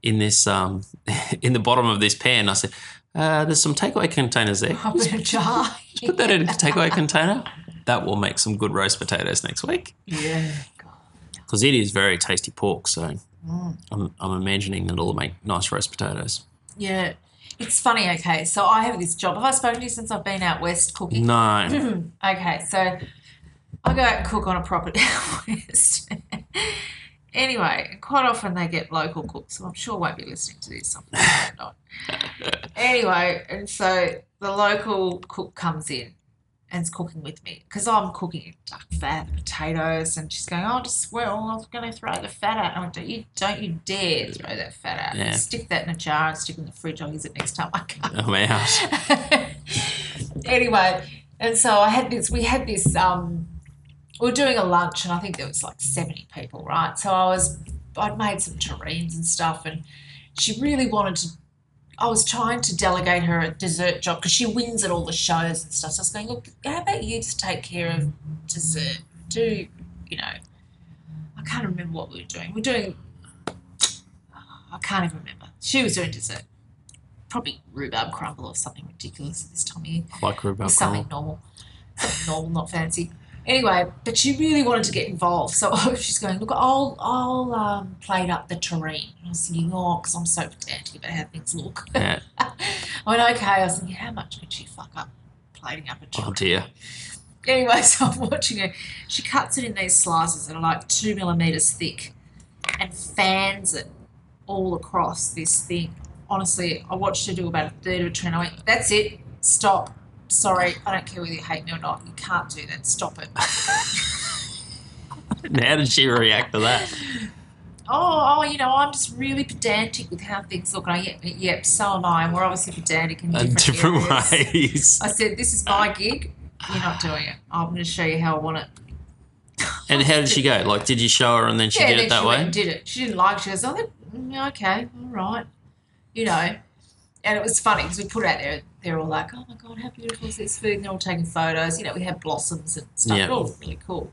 in this um, in the bottom of this pan?" I said, uh, "There's some takeaway containers there. Up in a jar. Put that in a takeaway container. That will make some good roast potatoes next week." yeah. because it is very tasty pork. So I'm, I'm imagining that it'll make nice roast potatoes. Yeah. It's funny, okay. So I have this job. Have I spoken to you since I've been out west cooking? No, Okay, so I go out and cook on a property out west. anyway, quite often they get local cooks, so I'm sure won't be listening to this. I'm probably not. anyway, and so the local cook comes in and's cooking with me because I'm cooking duck fat, potatoes, and she's going, "Oh, just well, I was going to throw the fat out." And I went, "Don't you, don't you dare throw that fat out. Yeah. Stick that in a jar and stick it in the fridge. I'll use it next time I come." I'm out. anyway, and so I had this. We had this. Um, we were doing a lunch, and I think there was like seventy people, right? So I was, I'd made some terrines and stuff, and she really wanted to. I was trying to delegate her a dessert job because she wins at all the shows and stuff. So I was going, look, how about you just take care of dessert? Do you know? I can't remember what we were doing. We're doing. I can't even remember. She was doing dessert, probably rhubarb crumble or something ridiculous at this time of year Like rhubarb. something normal, something normal, not fancy. Anyway, but she really wanted to get involved, so she's going, look, I'll I'll um, plate up the terrain. And I was thinking, oh, because I'm so pedantic about how things look. Yeah. I went, okay. I was thinking, how much could she fuck up plating up a terrain? Oh dear. Anyway, so I'm watching her. She cuts it in these slices that are like two millimeters thick, and fans it all across this thing. Honestly, I watched her do about a third of a turn. I went, "That's it. Stop. Sorry, I don't care whether you hate me or not. You can't do that. Stop it." And How did she react to that? oh, oh, you know, I'm just really pedantic with how things look. And I, yep, yep, so am I. And we're obviously pedantic in In different, different areas. ways. I said, "This is my gig. You're not doing it. I'm going to show you how I want it." And how did she go? Like, did you show her and then she did then it that she way? Went and did it. She didn't like. It. She goes, oh, that, mm, okay, all right, you know. And it was funny because we put it out there. They're all like, oh my god, how beautiful is this food? And they're all taking photos. You know, we had blossoms and stuff. Yeah. Oh, really cool.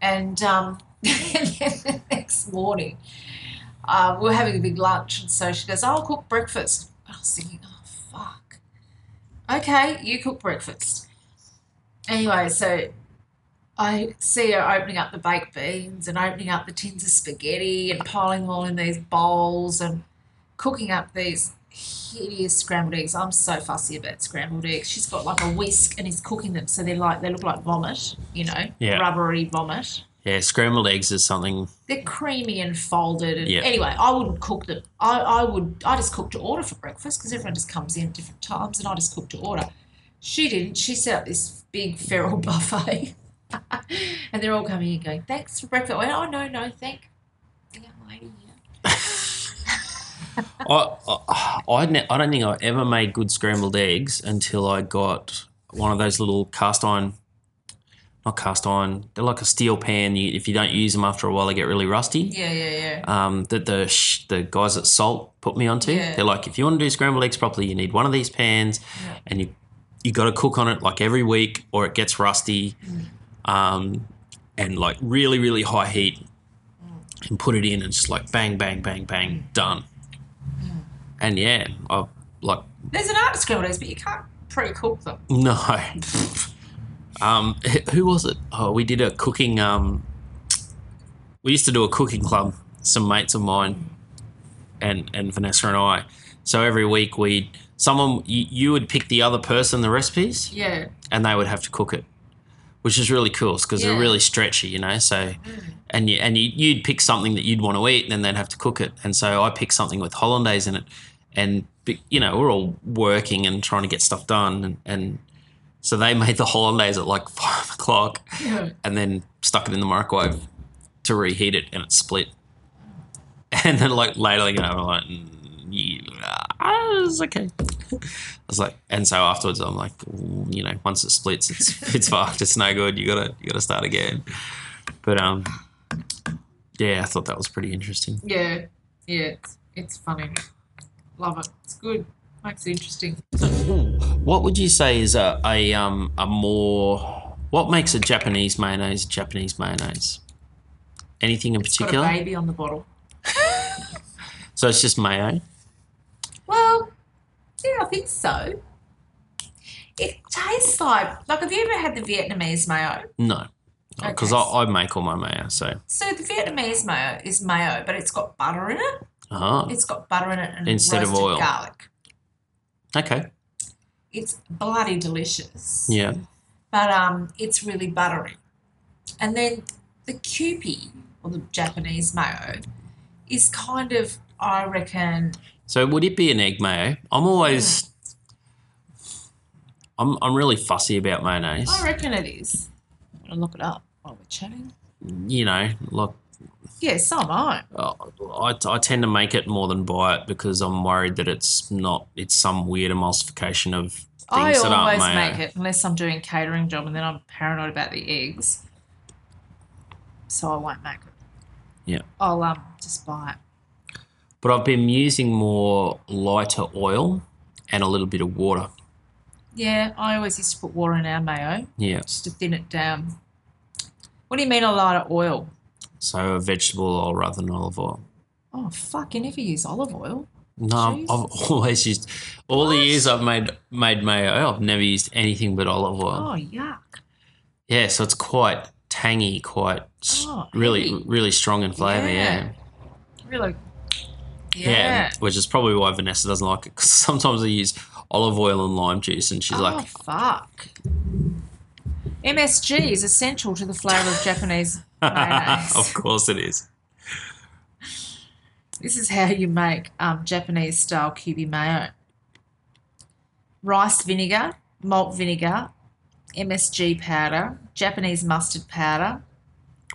And um, and then the next morning, uh, we were having a big lunch, and so she goes, "Oh, I'll cook breakfast. I was thinking, oh fuck. Okay, you cook breakfast. Anyway, so I see her opening up the baked beans and opening up the tins of spaghetti and piling them all in these bowls and cooking up these hideous scrambled eggs. I'm so fussy about scrambled eggs. She's got like a whisk and is cooking them so they're like they look like vomit, you know, Yeah. rubbery vomit. Yeah, scrambled eggs is something. They're creamy and folded. And Yeah. anyway, I wouldn't cook them. I, I would. I just cook to order for breakfast because everyone just comes in at different times, and I just cook to order. She didn't. She set up this big feral buffet, and they're all coming in going, "Thanks for breakfast." I went, "Oh no, no, thank the young lady." here." I, I, I, ne- I don't think I ever made good scrambled eggs until I got one of those little cast iron, not cast iron, they're like a steel pan. You, if you don't use them after a while, they get really rusty. Yeah, yeah, yeah. um, that the sh- the guys at Salt put me onto. Yeah. They're like, if you want to do scrambled eggs properly, you need one of these pans, Yeah. and you you got to cook on it like every week, or it gets rusty, Mm. um, and like really really high heat, Mm. and put it in, and just like bang bang bang bang done. Mm. And yeah, I like There's an art to scrambled eggs, but you can't pre-cook them. no. um, who was it? Oh, we did a cooking. Um, we used to do a cooking club. Some mates of mine, and and Vanessa and I. So every week we someone you, you would pick the other person the recipes, Yeah, and they would have to cook it, which is really cool because Yeah. they're really stretchy, you know. So. And you and you, you'd pick something that you'd want to eat, and then they'd have to cook it. And so I picked something with hollandaise in it, and be- you know we're all working and trying to get stuff done, and, and so they made the hollandaise at like five o'clock, Yeah. and then stuck it in the microwave to reheat it, and it split. And then like later, they go, I'm like, "Mm, yeah, ah, it's okay. I was like, and so afterwards, I'm like, "Ooh, you know, once it splits, it's it's fucked. It's no good. You gotta you gotta start again. But um, yeah, I thought that was pretty interesting. yeah, yeah. It's, it's funny. Love it. It's good. Makes it interesting. What would you say is a, a um a more what makes a Japanese mayonnaise Japanese mayonnaise? Anything in Got a particular? baby on the bottle. So it's just mayo. Well, yeah, I think so. It tastes like like have you ever had the Vietnamese mayo? No, because Okay. I, I make all my mayo. So So the Vietnamese mayo is mayo, but it's got butter in it. ah, It's got butter in it and Instead of roasted oil. garlic. okay, It's bloody delicious. yeah, But um, it's really buttery. And then the Kewpie, or the Japanese mayo, is kind of I reckon So would it be an egg mayo? I'm always I'm I'm really fussy about mayonnaise. I reckon it is. I'm gonna look it up while we're chatting. You know, like Yeah, so am I. uh, I, I tend to make it more than buy it because I'm worried that it's not it's some weird emulsification of things I that aren't always mayo. make it unless I'm doing catering job and then I'm paranoid about the eggs. So I won't make it. Yeah. I'll um just buy it. But I've been using more lighter oil and a little bit of water. Yeah, I always used to put water in our mayo Yeah. just to thin it down. What do you mean a lot of oil? So a vegetable oil rather than olive oil. Oh fuck, you never use olive oil. No, I'm- I've always used all the years I've made made mayo. I've never used anything but olive oil. Oh yuck. Yeah, so it's quite tangy, quite s- Oh, really hey. really strong in flavour. Yeah. yeah. Really Yeah. Yeah, which is probably why Vanessa doesn't like it because sometimes I use olive oil and lime juice, and she's oh like, fuck. MSG is essential to the flavour of Japanese mayonnaise. "Of course it is." This is how you make um, Japanese style cubi mayo. Rice vinegar, malt vinegar, MSG powder, Japanese mustard powder,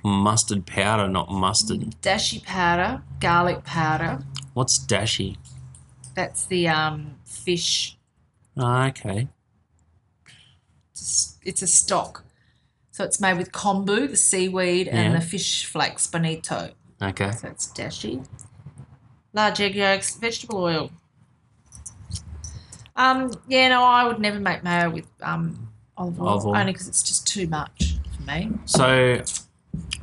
Mustard powder, not mustard. dashi powder, garlic powder. What's dashi? That's the um, fish. Ah, okay. It's it's a stock. So it's made with kombu, the seaweed, and Yeah. the fish flakes bonito. Okay. So it's dashi. Large egg yolks, vegetable oil. Um, yeah, no, I would never make mayo with um, olive oil, Olive oil. only because it's just too much for me. So,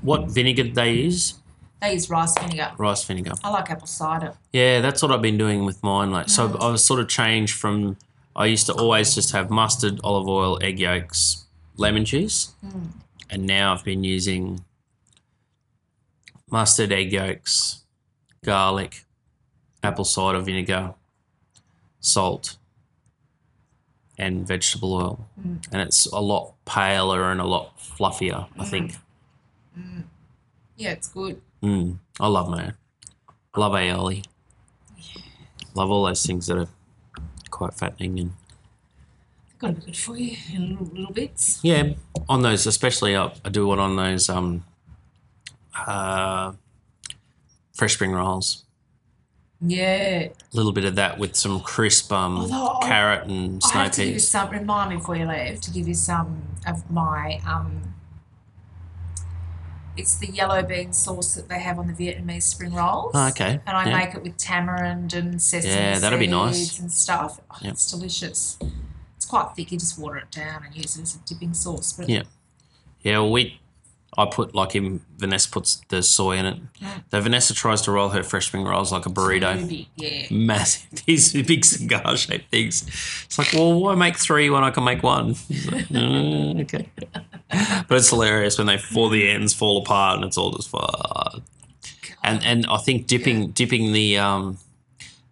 what vinegar did they use? They use rice vinegar. Rice vinegar. I like apple cider. Yeah, that's what I've been doing with mine. Like, so I've sort of changed from I used to always just have mustard, olive oil, egg yolks, lemon juice, and now I've been using mustard, egg yolks, garlic, apple cider vinegar, salt, and vegetable oil, and it's a lot paler and a lot fluffier. I think. Yeah, it's good. Mm, I love mayo. I love aioli. Love all those things that are quite fattening and Gotta be good for you in little, little bits. yeah, on those especially uh, I, I do it on those um uh fresh spring rolls. Yeah. A little bit of that with some crisp um Although Oh, I- carrot and I snow have to give you peas. some. Remind me before you leave to give you some of my. Um, it's the yellow bean sauce that they have on the Vietnamese spring rolls. Oh, okay. And I Yeah. make it with tamarind and sesame Yeah, that'd be nice. seeds and stuff. Oh, Yep. It's delicious. It's quite thick. You just water it down and use it as a dipping sauce. But Yeah. Yeah, well, we I put like in Vanessa puts the soy in it. Though Vanessa tries to roll her fresh spring rolls like a burrito. Ruby, yeah. massive these big cigar shaped things. It's like, well, why make three when I can make one? It's like, "Mm, okay. But it's hilarious when they fall the ends fall apart and it's all just fuck. And and I think dipping dipping the um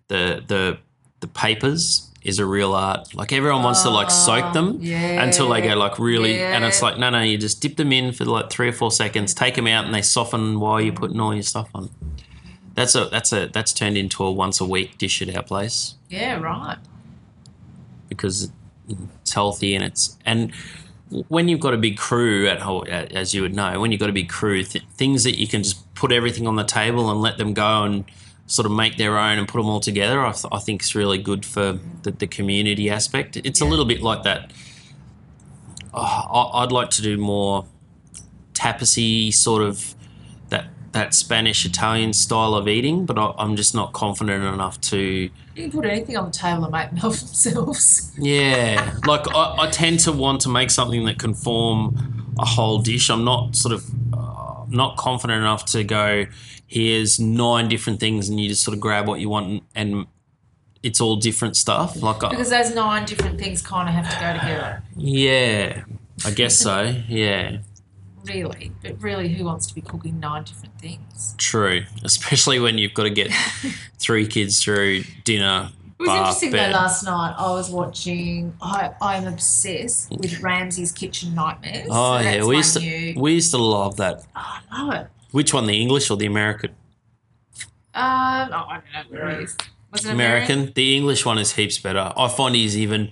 the the the papers is a real art. Like everyone wants to like soak them Ah, yeah. until they go like really and it's Yeah. like no no you just dip them in for like 3 or 4 seconds, take them out and they soften while you're putting all your stuff on. That's a that's a that's turned into a once a week dish at our place Yeah, right. because it's healthy and it's and when you've got a big crew at whole as you would know when you've got a big crew th- things that you can just put everything on the table and let them go and sort of make their own and put them all together I, th- I think is really good for the, the community aspect it's a little bit like that oh, I, I'd like to do more tapasy sort of that that Spanish Italian style of eating but I, I'm just not confident enough to You can put anything on the table and make milk themselves. yeah, like I, I tend to want to make something that can form a whole dish. I'm not sort of uh, not confident enough to go. Here's nine different things, and you just sort of grab what you want, and, and it's all different stuff. Like, I, Because those nine different things kind of have to go together. yeah, I guess so. Yeah, Really. But really, who wants to be cooking nine different things? true. Especially when you've got to get three kids through dinner. It was bath, interesting bed. though. Last night I was watching. I I'm obsessed with Ramsay's Kitchen Nightmares. Oh So yeah, that's we my used to new- Oh, uh, we used to love that. I love it. Which one, the English or the American? Um, oh, I don't know what it is. Was it American. The English one is heaps better. I find he's even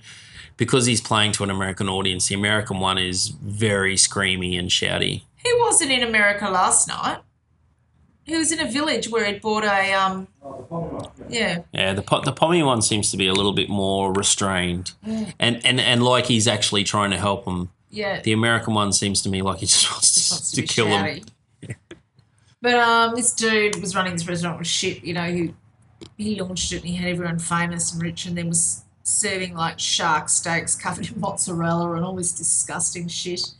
because he's playing to an American audience, the American one is very screamy and shouty. He wasn't in America last night. He was in a village where he'd bought a um. Yeah. Yeah, the po- the Pommy one seems to be a little bit more restrained, Mm. and and and like he's actually trying to help him. Yeah. The American one seems to me like he just wants, wants to, be kill him. shouty. But um, this dude was running this restaurant with shit. You know, he he launched it and he had everyone famous and rich, and then was serving like shark steaks covered in mozzarella and all this disgusting shit.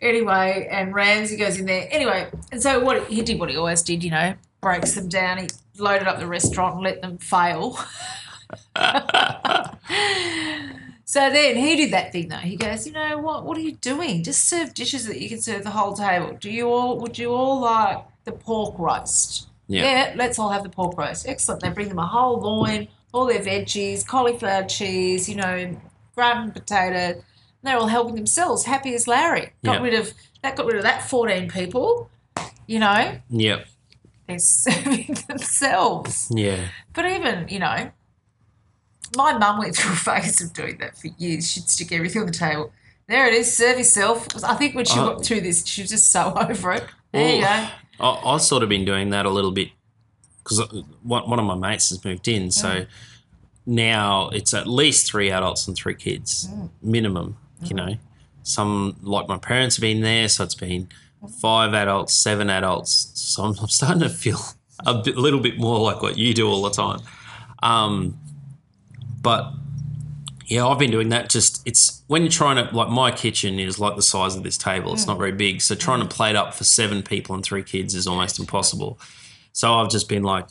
Anyway, and Ramsey goes in there. Anyway, and so what he did, what he always did, you know, breaks them down. He loaded up the restaurant and let them fail. So then he did that thing though. He goes, you know what? What are you doing? Just serve dishes that you can serve the whole table. Do you all? Would you all like the pork roast? Yeah. let's all have the pork roast. Excellent. They bring them a whole loin, all their veggies, cauliflower cheese, you know, ground potato. And they're all helping themselves, happy as Larry. Got Yeah. rid of that. Got rid of that fourteen people. You know, Yep. they're serving themselves. Yeah. But even, you know, my mum went through a phase of doing that for years. She'd stick everything on the table. There it is, serve yourself. I think when she Oh. got through this, she was just so over it. There you go. I, I've sort of been doing that a little bit because one, one of my mates has moved in. So Mm. now it's at least three adults and three kids Mm. minimum, you know. Some, like my parents have been there, so it's been five adults, seven adults. So I'm, I'm starting to feel a bit, little bit more like what you do all the time. Um, but yeah, I've been doing that. Just it's when you're trying to like my kitchen is like the size of this table. It's not very big, so trying Mm. to plate up for seven people and three kids is almost impossible. So I've just been like,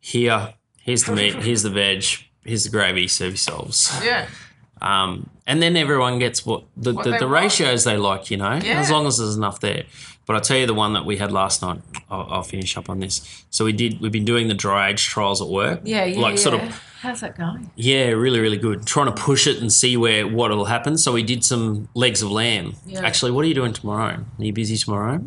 here, here's the meat, here's the veg, here's the gravy. Serve yourselves. Yeah. Um, and then everyone gets what the, What the, they the want. ratios they like, you know, Yeah. as long as there's enough there. But I tell you, the one that we had last night, I'll, I'll finish up on this. So we did. We've been doing the dry age trials at work. Yeah, yeah. Like yeah. sort of How's that going? yeah, really, really good. Trying to push it and see where what will happen. So we did some legs of lamb. Yeah. Actually, what are you doing tomorrow? Are you busy tomorrow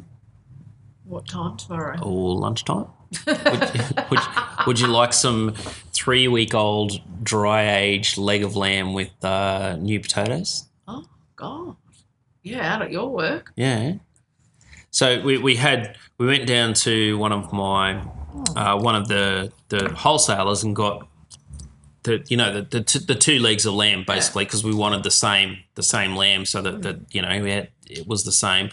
What time tomorrow? or lunchtime? Oh, would, would, would you like some three week old dry aged leg of lamb with uh, new potatoes? Oh, God. Yeah, out at your work. Yeah. So we, we had we went down to one of my uh, one of the the wholesalers and got the you know the the, t- the two legs of lamb basically because we wanted the same the same lamb so that that you know we had, it was the same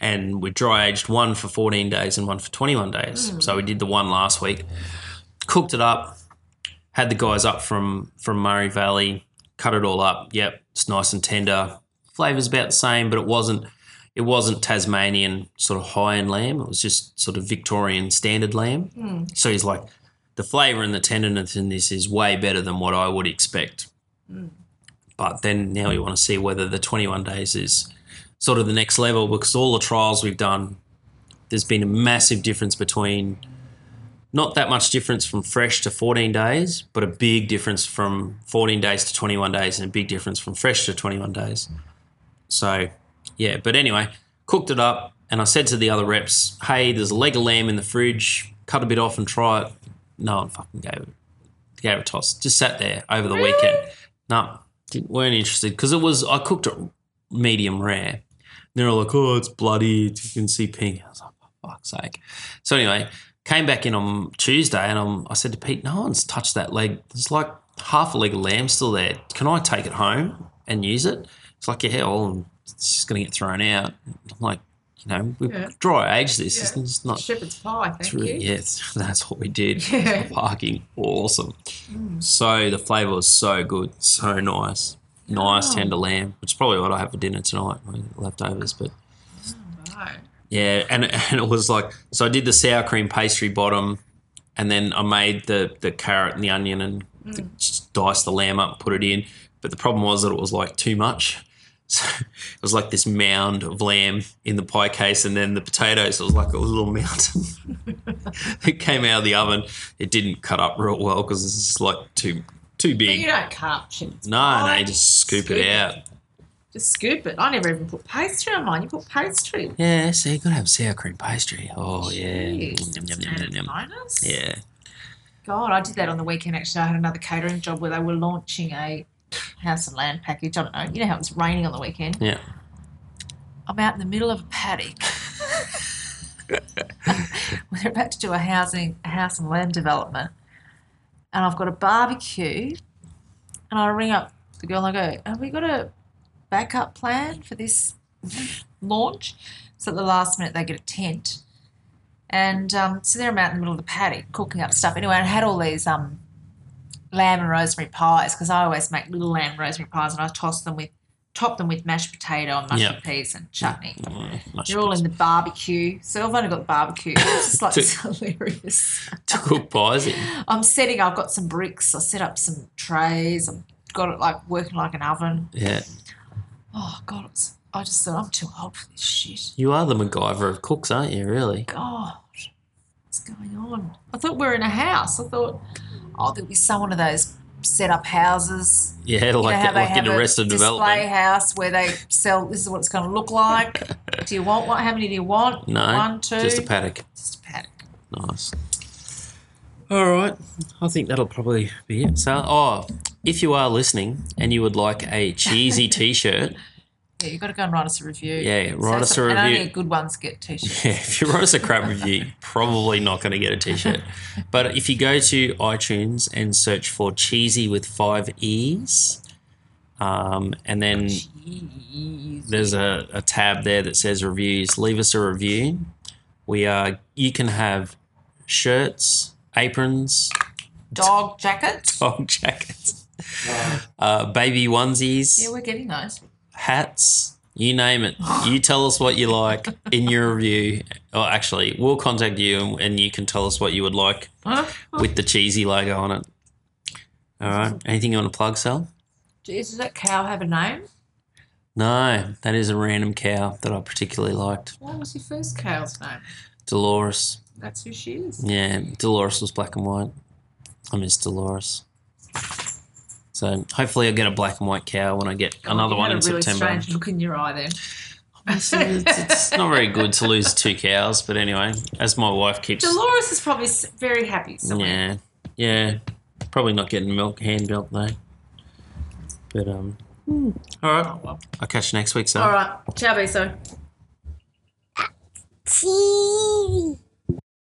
and we dry aged one for 14 days and one for 21 days. So we did the one last week, cooked it up, had the guys up from from Murray Valley, cut it all up. Yep, it's nice and tender. Flavor's about the same, but it wasn't it wasn't Tasmanian sort of high end lamb. It was just sort of Victorian standard lamb. So he's like, the flavour and the tenderness in this is way better than what I would expect. But then now we want to see whether the 21 days is sort of the next level because all the trials we've done, there's been a massive difference between not that much difference from fresh to 14 days, but a big difference from 14 days to 21 days and a big difference from fresh to 21 days. So, yeah, but anyway, cooked it up and I said to the other reps, hey, there's a leg of lamb in the fridge, cut a bit off and try it. No one fucking gave it, gave it a toss. Just sat there over the weekend. No, didn't, weren't interested because it was, I cooked it medium rare. They're all like, oh, it's bloody. You can see pink. I was like, for fuck's sake. So anyway, came back in on Tuesday and I'm, I said to Pete, no one's touched that leg. There's like half a leg of lamb still there. Can I take it home and use it? It's like, yeah, well, it's just going to get thrown out. I'm like, you know, we've Yeah. dry aged this. It's- Yeah. It's not Shepherd's pie, thank Oh. it's really, you. yeah, it's- that's what we did. Yeah. Parking, awesome. So the flavour was so good, so nice. Nice tender lamb, which is probably what I have for dinner tonight, my leftovers. But Right. yeah, and, and it was like, so I did the sour cream pastry bottom, and then I made the, the carrot and the onion and Mm. the, just diced the lamb up, put it in. But the problem was that it was like too much. So it was like this mound of lamb in the pie case, and then the potatoes. It was like a little mountain. it came out of the oven. It didn't cut up real well because it's just like too too But you big. don't carve chickens. No, no, you just scoop Scoop it it. out. Just scoop it. I never even put pastry on mine. You put pastry. Yeah, so you gotta have sour cream pastry. Oh yeah, Jeez. Yum, yum, yum, And yum, yum. bonus? yeah. God, I did that on the weekend. Actually, I had another catering job where they were launching a house and land package. I don't know. You know how it's raining on the weekend. Yeah. I'm out in the middle of a paddock. We're about to do a housing, a house and land development, and I've got a barbecue. And I ring up the girl and I go, "Have we got a backup plan for this launch?" So at the last minute they get a tent, and um, so they're out in the middle of the paddock cooking up stuff. Anyway, I had all these um, lamb and rosemary pies because I always make little lamb and rosemary pies, and I toss them with, top them with mashed potato and mushroom Yeah. peas and chutney. Mm, much They're all in the barbecue. So I've only got the barbecue. It's just like To- hilarious. to cook pies in. I'm setting, I've got some bricks. I set up some trays. I've got it like working like an oven. Yeah. Oh, God. It was, I just thought I'm too old for this shit. You are the MacGyver of cooks, aren't you, really? God. What's going on? I thought we were in a house. I thought, oh, there'll be some one of those set up houses. Yeah, You know like, how they like in have a Arrested display Development. house where they sell. This is what it's going to look like. do you want one? How many do you want? No, one, two. just a paddock. Just a paddock. Nice. All right. I think that'll probably be it. So, oh, if you are listening and you would like a cheesy t shirt, Yeah, you've got to go and write us a review. Yeah, write us a and review. only good ones get t-shirts. Yeah, if you wrote us a crap review, you're probably not going to get a t-shirt. But if you go to iTunes and search for "cheesy" with five e's, um, and then there's a, a tab there that says reviews. Leave us a review. We are. You can have shirts, aprons, Dog jackets. dog jackets, uh, baby onesies, Yeah, we're getting those. hats. You name it. You tell us what you like in your review. Or actually, we'll contact you and, and you can tell us what you would like Huh? with the cheesy logo on it. All right. Anything you want to plug, Sal? Geez, does that cow have a name? No, that is a random cow that I particularly liked. What was your first cow's name? Dolores. That's who she is. Yeah, Dolores was black and white. I miss Dolores. So hopefully I'll get a black and white cow when I get another Oh, You one had in a really September. strange look in your eye then. It's, it's- it's not very good to lose two cows, but anyway, as my wife keeps Dolores is probably s- very happy somewhere. Yeah, yeah. Probably not getting milk hand milk though. Hmm. Oh, But um, all right. I'll catch you next week, so All right. Ciao, Beso.